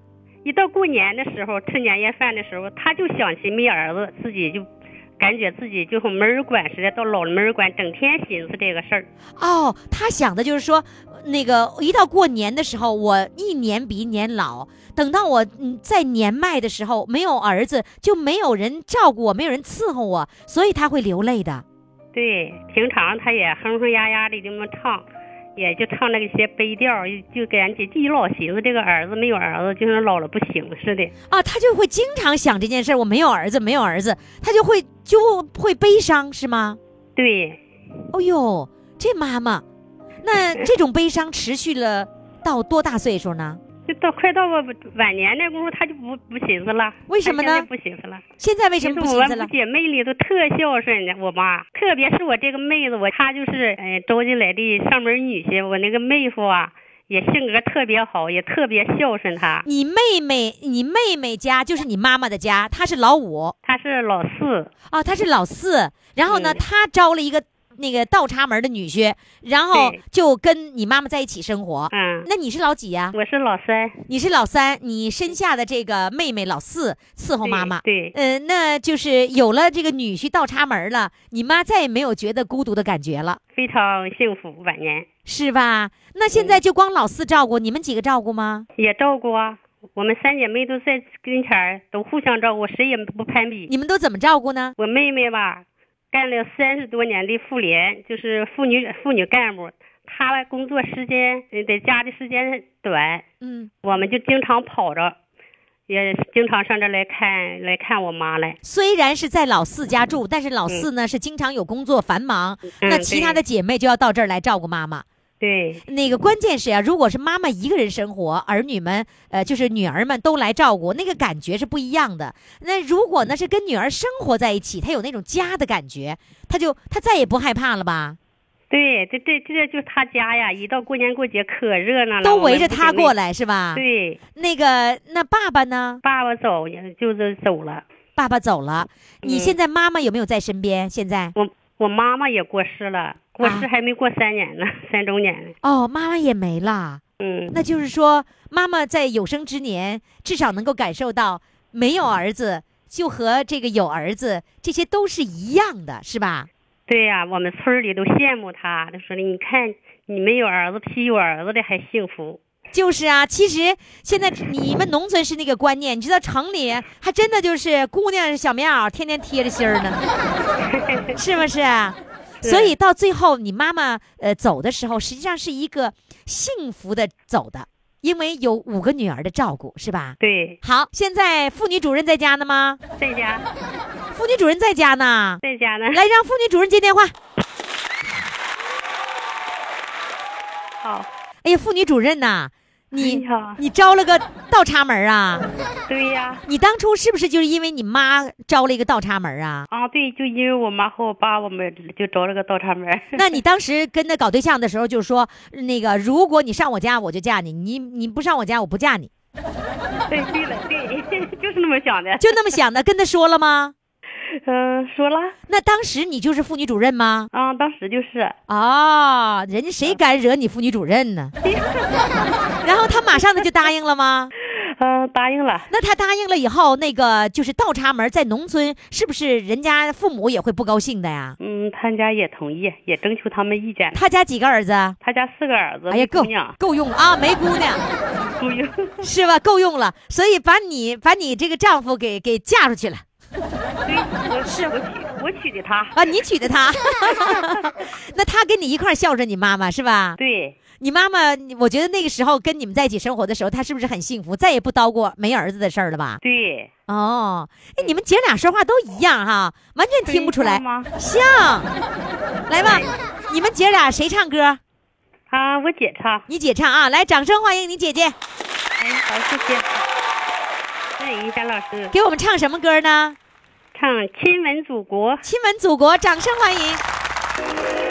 Speaker 6: 一到过年的时候，吃年夜饭的时候，她就想起没儿子，自己就感觉自己就和没人管似的，到老了没人管，整天寻思这个事儿。
Speaker 3: 哦，他想的就是说，那个一到过年的时候，我一年比一年老。等到我嗯在年迈的时候，没有儿子，就没有人照顾我，没有人伺候我，所以他会流泪的。
Speaker 6: 对，平常他也哼哼呀呀的这么唱，也就唱那些悲调，就感觉一老寻思这个儿子没有儿子，就是老了不行似的。
Speaker 3: 啊，他就会经常想这件事儿，我没有儿子，没有儿子，他就会就会悲伤，是吗？
Speaker 6: 对，
Speaker 3: 哦呦，这妈妈，那这种悲伤持续了到多大岁数呢？
Speaker 6: 就到快到我晚年那功夫，他就不不寻思了。
Speaker 3: 为什么呢
Speaker 6: 他现在不寻思了。
Speaker 3: 现在为什
Speaker 6: 其
Speaker 3: 么
Speaker 6: 实
Speaker 3: 不
Speaker 6: 我
Speaker 3: 寻思了
Speaker 6: 们？姐妹里都特孝顺的，我妈，特别是我这个妹子，我她就是哎招进来的上门女婿，我那个妹夫啊，也性格特别好，也特别孝顺她。
Speaker 3: 你妹妹，你妹妹家就是你妈妈的家，她是老五
Speaker 6: 她是老四，
Speaker 3: 啊，她是老四。然后呢，
Speaker 6: 对
Speaker 3: 她招了一个那个倒插门的女婿，然后
Speaker 6: 对
Speaker 3: 就跟你妈妈在一起生活。
Speaker 6: 嗯，
Speaker 3: 那你是老几呀、
Speaker 6: 我是老三，
Speaker 3: 你是老三，你身下的这个妹妹老四伺候妈妈。
Speaker 6: 对。对
Speaker 3: 呃，那就是有了这个女婿倒插门了，你妈再也没有觉得孤独的感觉了，
Speaker 6: 非常幸福，晚年
Speaker 3: 是吧？那现在就光老四照顾，你们几个照顾吗？
Speaker 6: 也照顾啊。我们三姐妹都在跟前儿，都互相照顾，谁也不攀比。
Speaker 3: 你们都怎么照顾呢？
Speaker 6: 我妹妹吧，干了三十多年的妇联，就是妇女妇女干部，她工作时间呃在家的时间短，
Speaker 3: 嗯，
Speaker 6: 我们就经常跑着，也经常上这儿来看来看我妈来。
Speaker 3: 虽然是在老四家住，但是老四呢是经常有工作繁忙，
Speaker 6: 嗯
Speaker 3: 那其他的
Speaker 6: 对
Speaker 3: 姐妹就要到这儿来照顾妈妈。
Speaker 6: 对
Speaker 3: 那个关键是呀、如果是妈妈一个人生活，儿女们呃就是女儿们都来照顾，那个感觉是不一样的。那如果呢是跟女儿生活在一起，她有那种家的感觉，她就她再也不害怕了吧？
Speaker 6: 对，这这这就是他家呀，一到过年过节可热闹了，
Speaker 3: 都围着他过
Speaker 6: 来。
Speaker 3: 来是吧？
Speaker 6: 对，
Speaker 3: 那个，那爸爸呢？
Speaker 6: 爸爸走就是走了，
Speaker 3: 爸爸走了，你
Speaker 6: 嗯
Speaker 3: 现在妈妈有没有在身边？现在？
Speaker 6: 我我妈妈也过世了，过世
Speaker 3: 啊
Speaker 6: 还没过三年呢，三周年呢。
Speaker 3: 哦，妈妈也没啦。
Speaker 6: 嗯，
Speaker 3: 那就是说，妈妈在有生之年至少能够感受到，没有儿子就和这个有儿子，这些都是一样的，是吧？
Speaker 6: 对呀、我们村儿里都羡慕他，都说你看你们有儿子比有儿子的还幸福。
Speaker 3: 就是啊，其实现在你们农村是那个观念，你知道城里还真的就是姑娘是小棉袄，天天贴着心儿呢，
Speaker 6: [LAUGHS]
Speaker 3: 是不是啊？
Speaker 6: 对
Speaker 3: 所以到最后，你妈妈呃走的时候，实际上是一个幸福的走的，因为有五个女儿的照顾，是吧？
Speaker 6: 对，
Speaker 3: 好，现在妇女主任在家呢吗？
Speaker 6: 在家
Speaker 3: 妇女主任在家呢，
Speaker 6: 在家呢。
Speaker 3: 来让妇女主任接电话。
Speaker 6: 好，
Speaker 3: 哎呀，妇女主任呐、你
Speaker 6: 哎呀
Speaker 3: 你招了个倒插门儿啊？
Speaker 6: 对呀、
Speaker 3: 你当初是不是就是因为你妈招了一个倒插门儿啊？
Speaker 6: 啊，对，就因为我妈和我爸，我们就找了个倒插门儿。 [LAUGHS]
Speaker 3: 那你当时跟他搞对象的时候，就说那个，如果你上我家，我就嫁你；你你不上我家，我不嫁你， [LAUGHS]
Speaker 6: 对对了，对， [LAUGHS] 就是那么想的。
Speaker 3: 就那么想的。跟他说了吗？
Speaker 6: 嗯、说了
Speaker 3: 那当时你就是妇女主任吗？
Speaker 6: 啊，当时就是
Speaker 3: 哦，人家谁敢惹你妇女主任呢？然后他马上的就答应了吗？
Speaker 6: 嗯、答应了。
Speaker 3: 那他答应了以后，那个就是倒插门，在农村是不是人家父母也会不高兴的呀？
Speaker 6: 嗯，他家也同意，也征求他们意见了。
Speaker 3: 他家几个儿子？
Speaker 6: 他家四个儿子，
Speaker 3: 哎呀，
Speaker 6: 一
Speaker 3: 够
Speaker 6: 姑娘，
Speaker 3: 够用了啊，没姑娘 [LAUGHS]
Speaker 6: 姑娘，
Speaker 3: 是吧？够用了，所以把你把你这个丈夫给给嫁出去了
Speaker 6: 对，我是我娶我娶的她。
Speaker 3: 啊，你娶的她， [LAUGHS] 那他跟你一块儿孝顺你妈妈是吧？
Speaker 6: 对，
Speaker 3: 你妈妈，你我觉得那个时候跟你们在一起生活的时候，她是不是很幸福？再也不叨咕没儿子的事儿了吧？
Speaker 6: 对，
Speaker 3: 哦，哎，你们姐俩说话都一样哈，完全听不出来
Speaker 6: 对。像吗？
Speaker 3: 像，来吧，你们姐俩谁唱歌？
Speaker 6: 啊，我姐唱。
Speaker 3: 你姐唱啊！来，掌声欢迎你姐姐，
Speaker 6: 哎，好，谢谢。那尹山老师
Speaker 3: 给我们唱什么歌呢？
Speaker 6: 唱《亲吻祖国》。
Speaker 3: 亲吻祖国，掌声欢迎。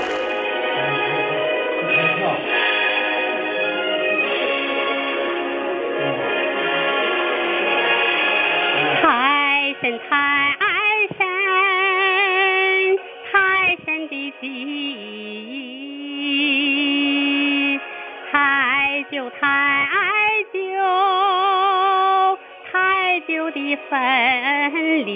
Speaker 6: 太深太深太深的记忆，太久太久太久的分离，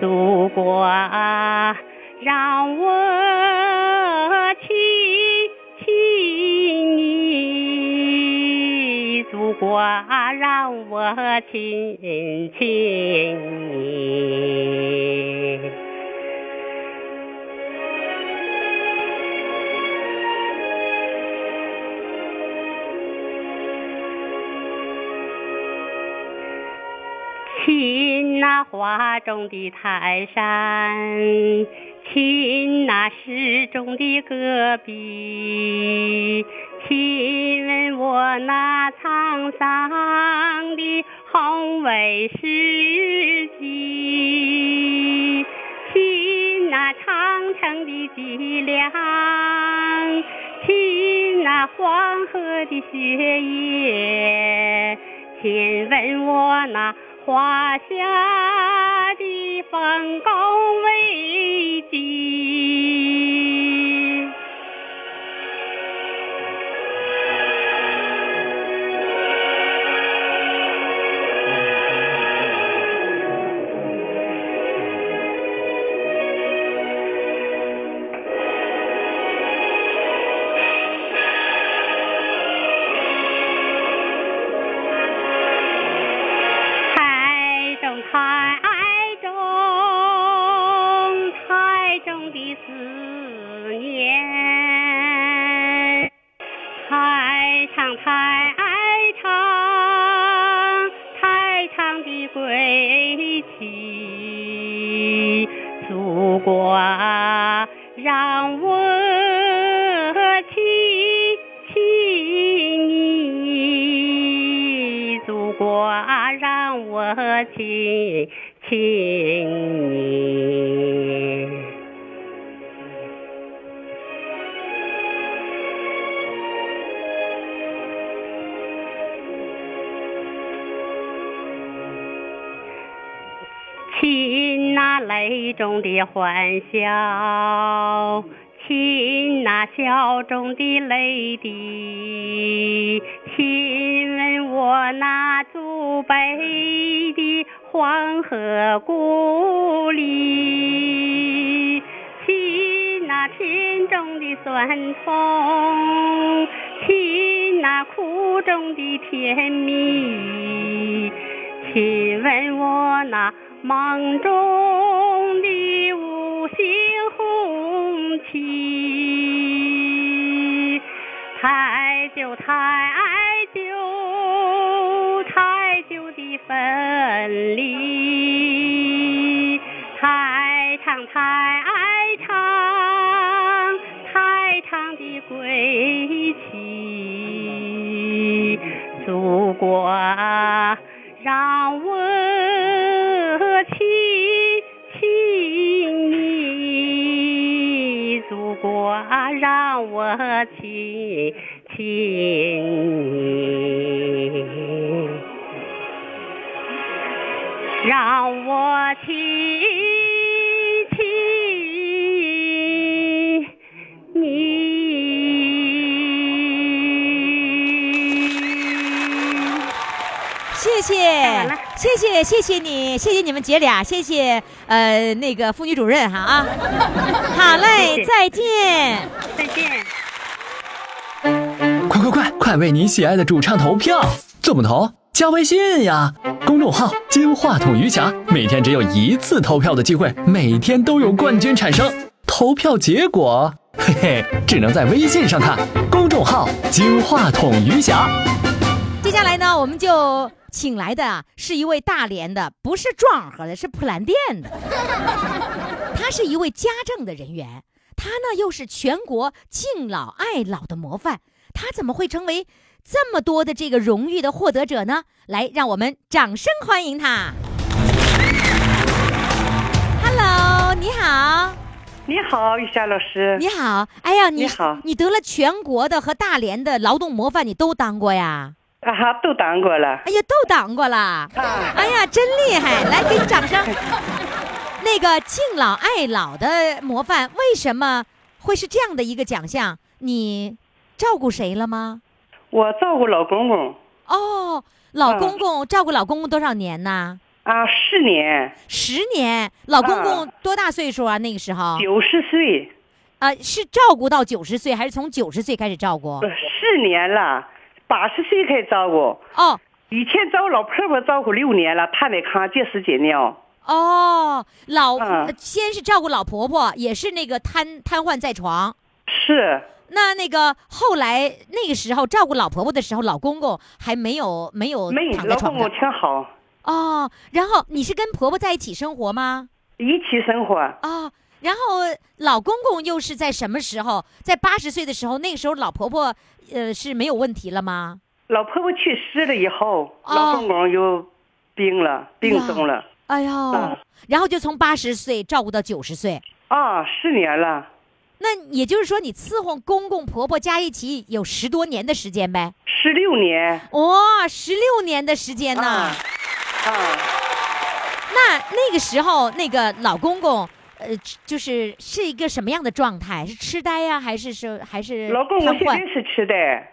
Speaker 6: 祖国啊，让我亲亲你，祖国啊，让我亲亲你。亲那花中的泰山，亲那诗中的戈壁，亲吻我那沧桑的宏伟事迹，亲那长城的脊梁，亲那黄河的血液。亲吻我那华夏的丰功伟绩。台中，台中，台中的思念，太长，太长，太长的归期，祖国啊，让我亲亲你，祖国啊，让我亲亲你。
Speaker 7: 亲那泪中的欢笑，亲那笑中的泪滴，亲吻我那祖辈的黄河故里，亲那甜中的酸痛，亲那苦中的甜蜜。亲吻我那梦中的五星红旗，太久太久太久的分离，太长太长太长的归期，祖国啊。让我亲亲你，祖国啊，让我亲亲你，让我亲亲你。看完
Speaker 3: 谢谢
Speaker 7: 了，
Speaker 3: 谢谢，谢谢你，谢谢你们姐俩，谢谢呃那个妇女主任
Speaker 7: [LAUGHS]
Speaker 3: 哈啊，好嘞，
Speaker 7: 谢谢
Speaker 3: 再见。
Speaker 7: 再见。
Speaker 1: 快快快，快为你喜爱的主唱投票！怎么投？加微信呀，公众号“金话筒余霞”，每天只有一次投票的机会，每天都有冠军产生。投票结果，嘿嘿，只能在微信上看。公众号“金话筒余霞”。
Speaker 3: 接下来呢，我们就请来的啊是一位大连的，不是壮和的，是普兰店的。 [LAUGHS] 他是一位家政的人员，他呢又是全国敬老爱老的模范，他怎么会成为这么多的这个荣誉的获得者呢？来，让我们掌声欢迎他。Hello，你好，
Speaker 6: 你好，玉霞老师。
Speaker 3: 你好，哎呀，你
Speaker 6: 你好
Speaker 3: 你得了全国的和大连的劳动模范，你都当过呀？
Speaker 6: 啊哈，都当过了。
Speaker 3: 哎呀，都挡过了！
Speaker 6: 啊
Speaker 3: 哎呀，真厉害！来，给你掌
Speaker 6: [LAUGHS]
Speaker 3: 声。那个敬老爱老的模范，为什么会是这样的一个奖项？你照顾谁了吗？
Speaker 6: 我照顾老公公
Speaker 3: 哦，老公公、照顾老公公多少年呐？
Speaker 6: 啊，四年，
Speaker 3: 十年。老公公多大岁数啊？那个时候
Speaker 6: 九十岁，
Speaker 3: 啊，是照顾到九十岁，还是从九十岁开始照顾
Speaker 6: 呃？四年了，八十岁开始照顾。
Speaker 3: 哦
Speaker 6: 以前找老婆婆照顾六年了，她得看结石结尿。
Speaker 3: 哦，老、
Speaker 6: 嗯
Speaker 3: 呃先是照顾老婆婆，也是那个瘫瘫痪在床。
Speaker 6: 是，
Speaker 3: 那那个后来那个时候照顾老婆婆的时候，老公公还没有哦没有
Speaker 6: 没
Speaker 3: 躺在
Speaker 6: 老
Speaker 3: 床
Speaker 6: 公
Speaker 3: 上
Speaker 6: 公挺好，
Speaker 3: 哦。然后你是跟婆婆在一起生活吗？
Speaker 6: 一起生活。
Speaker 3: 啊、然后老公公又是在什么时候？在八十岁的时候，那个时候老婆婆呃是没有问题了吗？
Speaker 6: 老婆婆去世了以后，
Speaker 3: 哦
Speaker 6: 老公公又病了，病重了。
Speaker 3: 哎呦，
Speaker 6: 嗯
Speaker 3: 然后就从八十岁照顾到九十岁。
Speaker 6: 啊，四年了，
Speaker 3: 那也就是说，你伺候公公婆婆加一起有十多年的时间呗？
Speaker 6: 十六年。
Speaker 3: 哇、十六年的时间呢！
Speaker 6: 啊啊。
Speaker 3: 那那个时候，那个老公公，呃，就是是一个什么样的状态？是痴呆呀、还是是还是
Speaker 6: 老公，我
Speaker 3: 瘫
Speaker 6: 现在
Speaker 3: 痪？
Speaker 6: 是痴呆，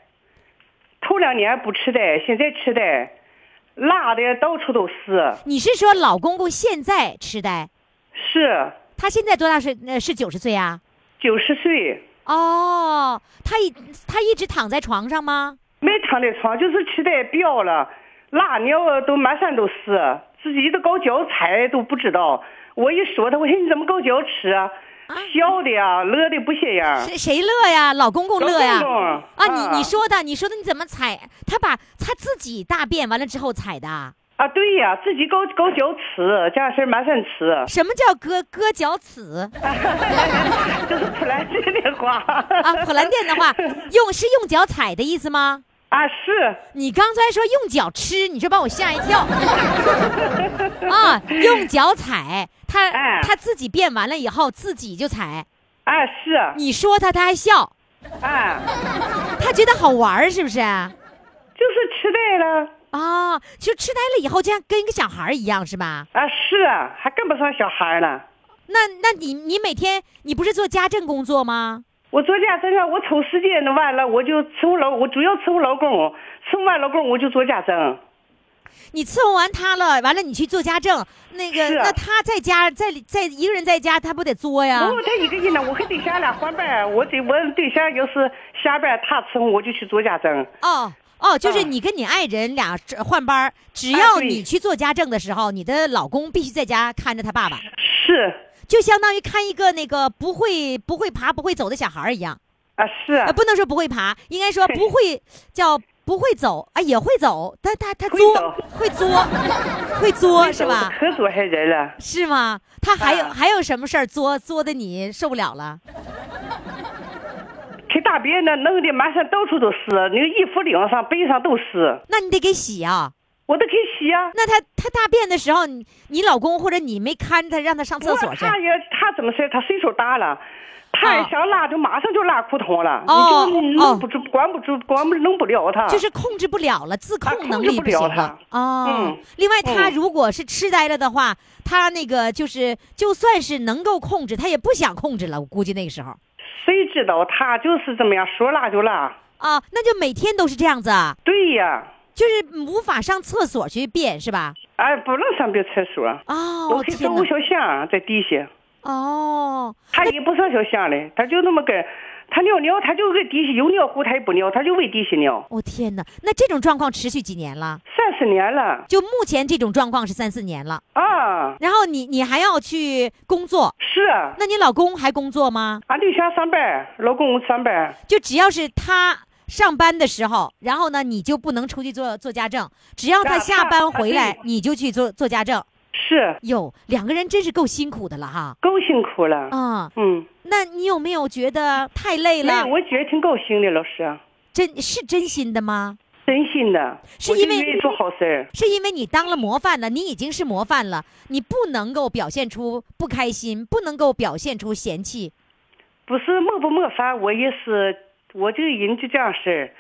Speaker 6: 头两年不痴呆，现在痴呆，拉的到处都是。
Speaker 3: 你是说老公公现在痴呆？
Speaker 6: 是
Speaker 3: 他现在多大岁？呃，是九十岁啊？
Speaker 6: 九十岁，
Speaker 3: 哦，他一他一直躺在床上吗？
Speaker 6: 没躺在床，就是痴呆飙了，拉尿啊都满山都是，自己都搞脚踩都不知道。我一说他，我说你怎么搞脚吃啊？笑的呀，乐的不像样。
Speaker 3: 谁谁乐呀？老公公乐呀
Speaker 6: 老？公
Speaker 3: 啊，
Speaker 6: 公
Speaker 3: 你你说的，你说的，你怎么踩？他把他自己大便完了之后踩的？
Speaker 6: 啊？对呀，自己搞搞脚吃，这样事儿满山
Speaker 3: [LAUGHS]
Speaker 6: 吃，
Speaker 3: 什么叫割割脚趾
Speaker 6: 就是普兰这的话。
Speaker 3: 啊？普兰店的话，用是用脚踩的意思吗？
Speaker 6: [LAUGHS] 啊，是
Speaker 3: 你刚才说用脚吃，你这把我吓一跳。啊，用脚踩，他、
Speaker 6: 哎
Speaker 3: 他自己变完了以后自己就踩。
Speaker 6: [LAUGHS] 啊，是
Speaker 3: 你说他，他还笑，
Speaker 6: 啊，
Speaker 3: 他觉得好玩儿是不是？啊，
Speaker 6: 就是痴呆了。
Speaker 3: 啊，就痴呆了以后，就像跟一个小孩儿一样，是吧？
Speaker 6: 啊，是啊，还跟不上小孩了。
Speaker 3: 那那你你每天你不是做家政工作吗？
Speaker 6: 我做家政啊，我瞅时间完了，我就伺候老，我主要伺候老公，伺候完老公我就做家政。
Speaker 3: 你伺候完他了，完了你去做家政，那个、
Speaker 6: 是啊
Speaker 3: 那他在家在在一个人在家，他不得作呀？
Speaker 6: 我哦他一个人呢，我和对象俩换班儿，我对我对象要是下班他伺候我就去做家政。
Speaker 3: 哦哦，就是
Speaker 6: 啊
Speaker 3: 你跟你爱人俩这换班儿，只
Speaker 6: 啊
Speaker 3: 要
Speaker 6: 对
Speaker 3: 你去做家政的时候，你的老公必须在家看着他爸爸，
Speaker 6: 是
Speaker 3: 就相当于看一个那个不会不会爬不会走的小孩儿一样。
Speaker 6: 啊，是啊
Speaker 3: 呃，，不能说不会爬，应该说不
Speaker 6: [LAUGHS]
Speaker 3: 会叫不会走啊，也会走，但他他
Speaker 6: 会
Speaker 3: 作
Speaker 6: 走
Speaker 3: 会作会作是吧？
Speaker 6: 可多害人了。
Speaker 3: 是吗？他还有
Speaker 6: 啊
Speaker 3: 还有什么事儿作作的你受不了了？
Speaker 6: 去大便呢，弄得满身到处都是，那个衣服领上、背上都是，
Speaker 3: 那你得给洗啊。
Speaker 6: 我都给洗啊。
Speaker 3: 那他他大便的时候，你你老公或者你没看着他，让他上厕
Speaker 6: 我
Speaker 3: 所去。
Speaker 6: 他也他怎么事？他岁数大了，他也
Speaker 3: 啊
Speaker 6: 想拉就马上就拉裤筒了，
Speaker 3: 哦
Speaker 6: 你就你
Speaker 3: 哦
Speaker 6: 弄不住、管不住、管不弄不了他。
Speaker 3: 就是控制不了了，自控能
Speaker 6: 啊控
Speaker 3: 力
Speaker 6: 制不
Speaker 3: 行
Speaker 6: 了
Speaker 3: 了哦。
Speaker 6: 嗯
Speaker 3: 另外，他
Speaker 6: 嗯
Speaker 3: 如果是痴呆了的话，他那个就是就算是能够控制，他也不想控制了。我估计那个时候
Speaker 6: 谁知道他就是这么样，说拉就拉。
Speaker 3: 啊，那就每天都是这样子，啊，
Speaker 6: 对呀，
Speaker 3: 就是无法上厕所去便是吧？
Speaker 6: 哎，不能上别厕所。
Speaker 3: 哦
Speaker 6: 我，去
Speaker 3: 天
Speaker 6: 走个
Speaker 3: 哪！
Speaker 6: 小巷在地下，
Speaker 3: 哦，
Speaker 6: 他也不上小巷嘞，他就那么跟，他尿尿他就搁地下，有尿壶他也不尿，他就喂地下尿，
Speaker 3: 我、哦天哪！那这种状况持续几年了？
Speaker 6: 三十年了
Speaker 3: 就目前这种状况是三四年了。
Speaker 6: 啊，
Speaker 3: 然后你你还要去工作，
Speaker 6: 是啊，
Speaker 3: 那你老公还工作吗？
Speaker 6: 俺对象上班，老公上班，
Speaker 3: 就只要是他上班的时候，然后呢，你就不能出去做做家政，只要他
Speaker 6: 啊
Speaker 3: 下班
Speaker 6: 啊
Speaker 3: 回来，
Speaker 6: 对
Speaker 3: 你就去做做家政。
Speaker 6: 是
Speaker 3: 哟，两个人真是够辛苦的了哈。
Speaker 6: 够辛苦了，
Speaker 3: 啊、
Speaker 6: 嗯，
Speaker 3: 那你有没有觉得太累了
Speaker 6: 那？我觉得挺高兴的，老师，
Speaker 3: 真是真心的吗？
Speaker 6: 真心的，
Speaker 3: 是
Speaker 6: 我就
Speaker 3: 因为
Speaker 6: 愿意做好事儿，
Speaker 3: 是因为你当了模范了，你已经是模范了，你不能够表现出不开心，不能够表现出嫌弃。
Speaker 6: 不是冒不冒犯，我也是，我这个人就这样事儿，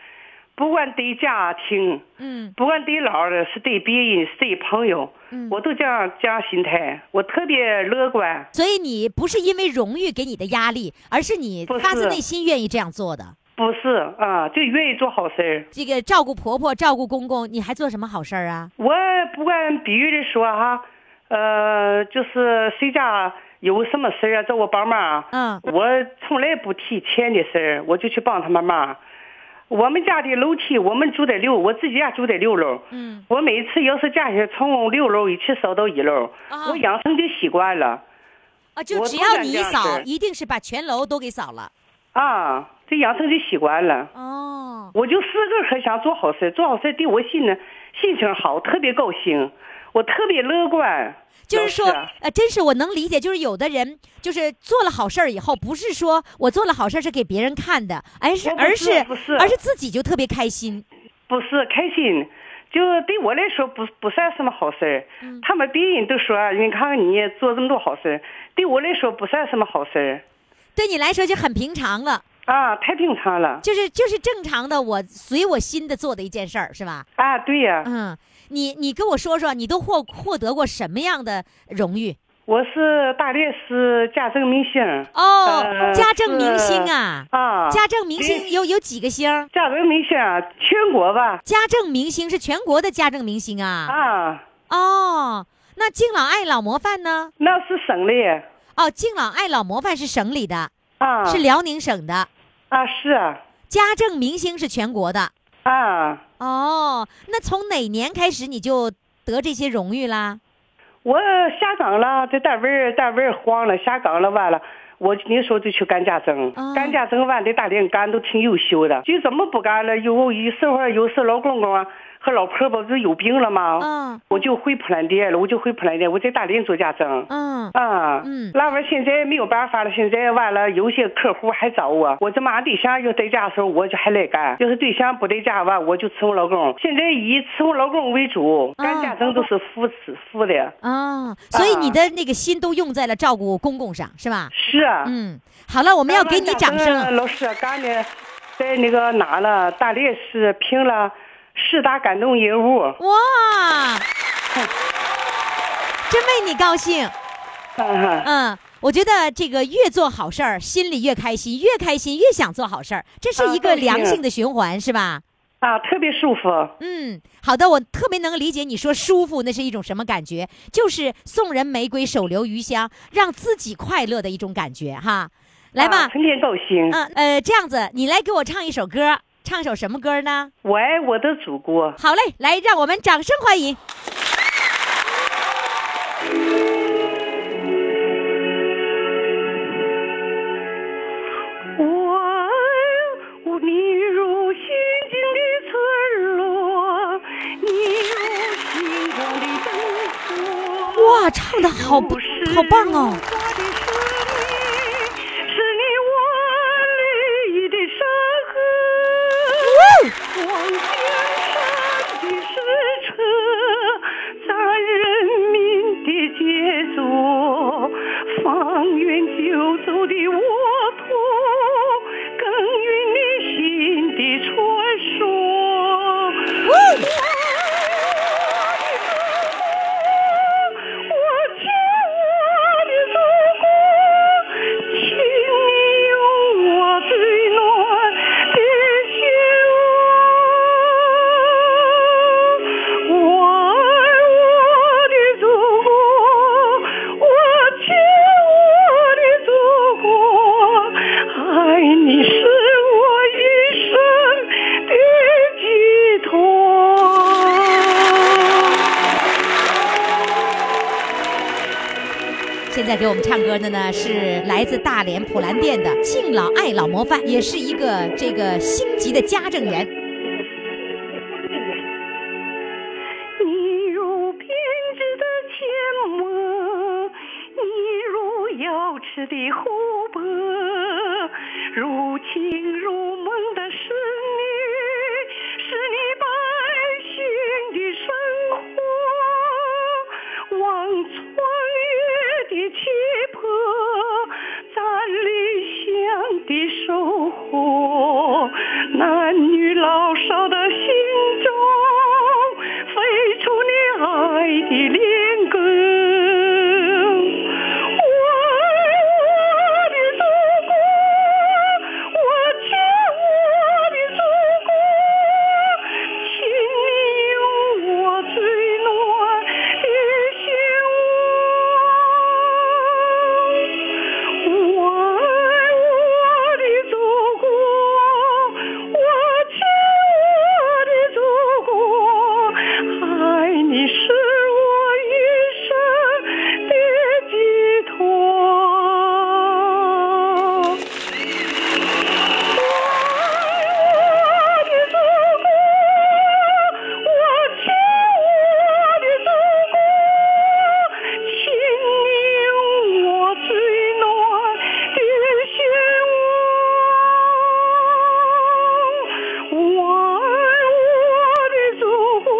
Speaker 6: 不管对家庭，
Speaker 3: 嗯
Speaker 6: 不管对老的，是对别人，是对朋友，
Speaker 3: 嗯，
Speaker 6: 我都这样这样心态，我特别乐观。
Speaker 3: 所以你不是因为荣誉给你的压力，而是你
Speaker 6: 不
Speaker 3: 发自
Speaker 6: 是
Speaker 3: 内心愿意这样做的。
Speaker 6: 不是啊，就愿意做好事儿。
Speaker 3: 这个照顾婆婆、照顾公公，你还做什么好事儿啊？
Speaker 6: 我不管比喻的说哈、呃，就是谁家有什么事儿啊，找我帮忙啊。
Speaker 3: 嗯
Speaker 6: 我从来不提钱的事儿，我就去帮他们忙。我们家的楼梯，我们住在六，我自己家住在六楼。
Speaker 3: 嗯，
Speaker 6: 我每次要是家里从六楼一起扫到一楼，
Speaker 3: 啊
Speaker 6: 我养成就习惯了
Speaker 3: 啊，就
Speaker 6: 我
Speaker 3: 只
Speaker 6: 不
Speaker 3: 要
Speaker 6: 敢
Speaker 3: 你
Speaker 6: 这
Speaker 3: 一
Speaker 6: 样
Speaker 3: 扫，
Speaker 6: 式儿
Speaker 3: 一定是把全楼都给扫了。
Speaker 6: 啊，这养成就习惯了。
Speaker 3: 哦，
Speaker 6: 我就时刻可想做好事，做好事对我心呢心情好，特别高兴，我特别乐观。
Speaker 3: 就是说
Speaker 6: 老师啊，
Speaker 3: 呃，真是我能理解，就是有的人就是做了好事儿以后，不是说我做了好事儿是给别人看的，而是
Speaker 6: 我不
Speaker 3: 而
Speaker 6: 是
Speaker 3: 是
Speaker 6: 不是
Speaker 3: 而是自己就特别开心。
Speaker 6: 不是开心，就对我来说不不算什么好事儿。
Speaker 3: 嗯
Speaker 6: 他们别人都说啊你看看你做这么多好事儿，对我来说不算什么好事儿
Speaker 3: 对你来说就很平常了，
Speaker 6: 啊，太平常了
Speaker 3: 就是就是正常的，我随我心的做的一件事儿，是吧？
Speaker 6: 啊。对呀、
Speaker 3: 嗯，你你跟我说说，你都获获得过什么样的荣誉？
Speaker 6: 我是大连市家政明星
Speaker 3: 哦，
Speaker 6: 呃
Speaker 3: 家政明
Speaker 6: 是
Speaker 3: 星啊，
Speaker 6: 啊，
Speaker 3: 家政明星
Speaker 6: 对
Speaker 3: 有有几个星儿？
Speaker 6: 家政明星啊，全国吧
Speaker 3: 家政明星是全国的家政明星啊。
Speaker 6: 啊，
Speaker 3: 哦，那敬老爱老模范呢？
Speaker 6: 那是省的
Speaker 3: 哦，敬老爱老模范是省里的，
Speaker 6: 啊，
Speaker 3: 是辽宁省的。
Speaker 6: 啊是啊
Speaker 3: 家政明星是全国的。
Speaker 6: 啊。
Speaker 3: 哦，那从哪年开始你就得这些荣誉啦？
Speaker 6: 我下岗了，这单位儿单位儿慌了，下岗了完了。我那时候就去干家政
Speaker 3: 啊，
Speaker 6: 干家政完在大连干都挺优秀的，就怎么不干了？有有时候有时老公公啊和老婆婆不是有病了吗？
Speaker 3: 嗯
Speaker 6: 我就回普兰店了，我就回普兰店，我在大连做家政。
Speaker 3: 嗯
Speaker 6: 啊，
Speaker 3: 嗯
Speaker 6: 那完现在没有办法了，现在完了，有些客户还找我，我这么俺对象要在家的时候，我就还来干；要是对象不在家完，我就伺候老公。现在以伺候老公为主，
Speaker 3: 啊
Speaker 6: 干家政都是副次副的。
Speaker 3: 啊、所以你的那个心都用在了照顾公公上，是吧？
Speaker 6: 是啊，
Speaker 3: 嗯，好了，我们要给你掌
Speaker 6: 咱们
Speaker 3: 声。
Speaker 6: 老师干的，在那个哪了，大连市评了四大感动人物。 [LAUGHS]
Speaker 3: 哇，真为你高兴。嗯，我觉得这个越做好事儿，心里越开心，越开心越想做好事儿，这是一
Speaker 6: 啊
Speaker 3: 个
Speaker 6: 对
Speaker 3: 良
Speaker 6: 是
Speaker 3: 性的循环，是吧？
Speaker 6: 啊，特别舒服。
Speaker 3: 嗯，好的，我特别能理解你说舒服那是一种什么感觉，就是送人玫瑰手留余香，让自己快乐的一种感觉哈。来吧
Speaker 6: 啊，春天高兴。
Speaker 3: 嗯呃，这样子，你来给我唱一首歌，唱首什么歌呢？
Speaker 6: 我爱我的祖国。
Speaker 3: 好嘞，来，让我们掌声欢迎。
Speaker 6: 我爱你如心境的村落，你如心中的灯火。
Speaker 3: 哇，唱的哎好不好棒哦！
Speaker 6: 是你我泪的山河，望江山的矢车，咱人民的杰作，放远九州的沃土，耕耘你心的传说。我敬我的祖国，请你用我最暖的心窝。我爱我的祖国，我敬我的祖国，爱你是我一生的寄托。
Speaker 3: 现在给我们唱歌的呢是来自大连普兰店的敬老爱老模范，也是一个这个星级的家政员。
Speaker 6: 你如编织的阡陌，你如瑶池的湖泊，如情如梦的侍女，是你百姓的生活。望穿越的气魄，咱理想的收获，男女老少的心中。飞出你爱的恋歌。我爱我的祖国，我敬我的祖国，请你用我最暖的心窝。我爱我的祖国，我敬我的祖国，爱你是我一生的寄托。我爱我的祖国，我敬我的祖国，请你用我最暖的心窝。我爱我的祖国，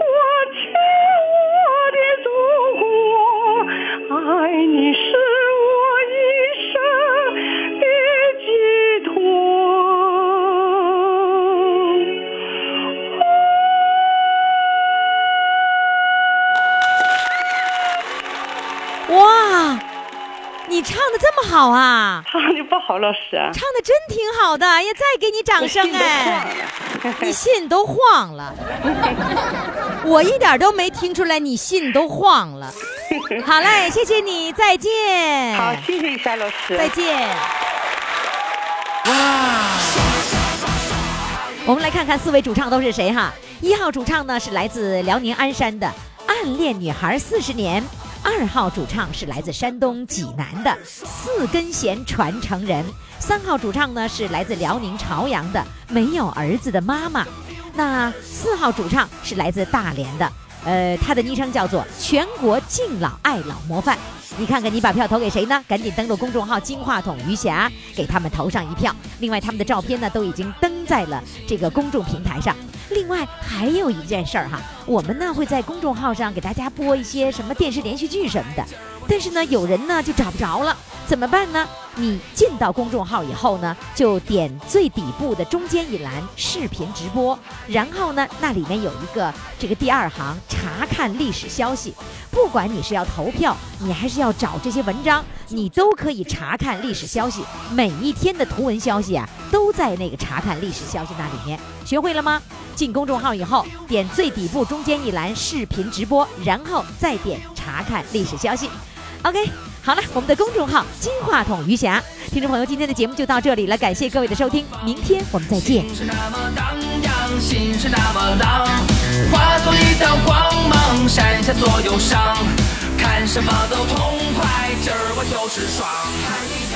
Speaker 6: 我敬我的祖国，爱你是我一生的寄托。
Speaker 3: 哇，你唱的这么好啊！
Speaker 6: 唱的不好，老师。
Speaker 3: 唱的真挺好的，也再给你掌声哎！你信都晃了， [LAUGHS] 我一点都没听出来你信都晃了。好嘞，谢谢你，再见。
Speaker 6: 好，谢谢一下老师。
Speaker 3: 再见。我们来看看四位主唱都是谁哈。一号主唱呢是来自辽宁鞍山的《暗恋女孩四十年》，二号主唱是来自山东济南的《四根弦传承人》，三号主唱呢是来自辽宁朝阳的《没有儿子的妈妈》，那四号主唱是来自大连的，呃，他的昵称叫做“全国敬老爱老模范”。你看看你把票投给谁呢？赶紧登录公众号“金话筒余霞”，给他们投上一票。另外，他们的照片呢都已经登在了这个公众平台上。另外还有一件事儿哈，我们呢会在公众号上给大家播一些什么电视连续剧什么的，但是呢有人呢就找不着了，怎么办呢？你进到公众号以后呢，就点最底部的中间一栏“视频直播”，然后呢，那里面有一个这个第二行“查看历史消息”。不管你是要投票，你还是要找这些文章，你都可以查看历史消息。每一天的图文消息啊，都在那个查看历史消息那里面。学会了吗？进公众号以后，点最底部中间一栏“视频直播”，然后再点查看历史消息。OK，好了，我们的公众号“金话筒余霞”，听众朋友，今天的节目就到这里了，感谢各位的收听，明天我们再见。
Speaker 8: 心是那么荡漾，心是那么浪，化作一道光芒，闪下所有伤。看什么都痛快，今儿我就是爽。看一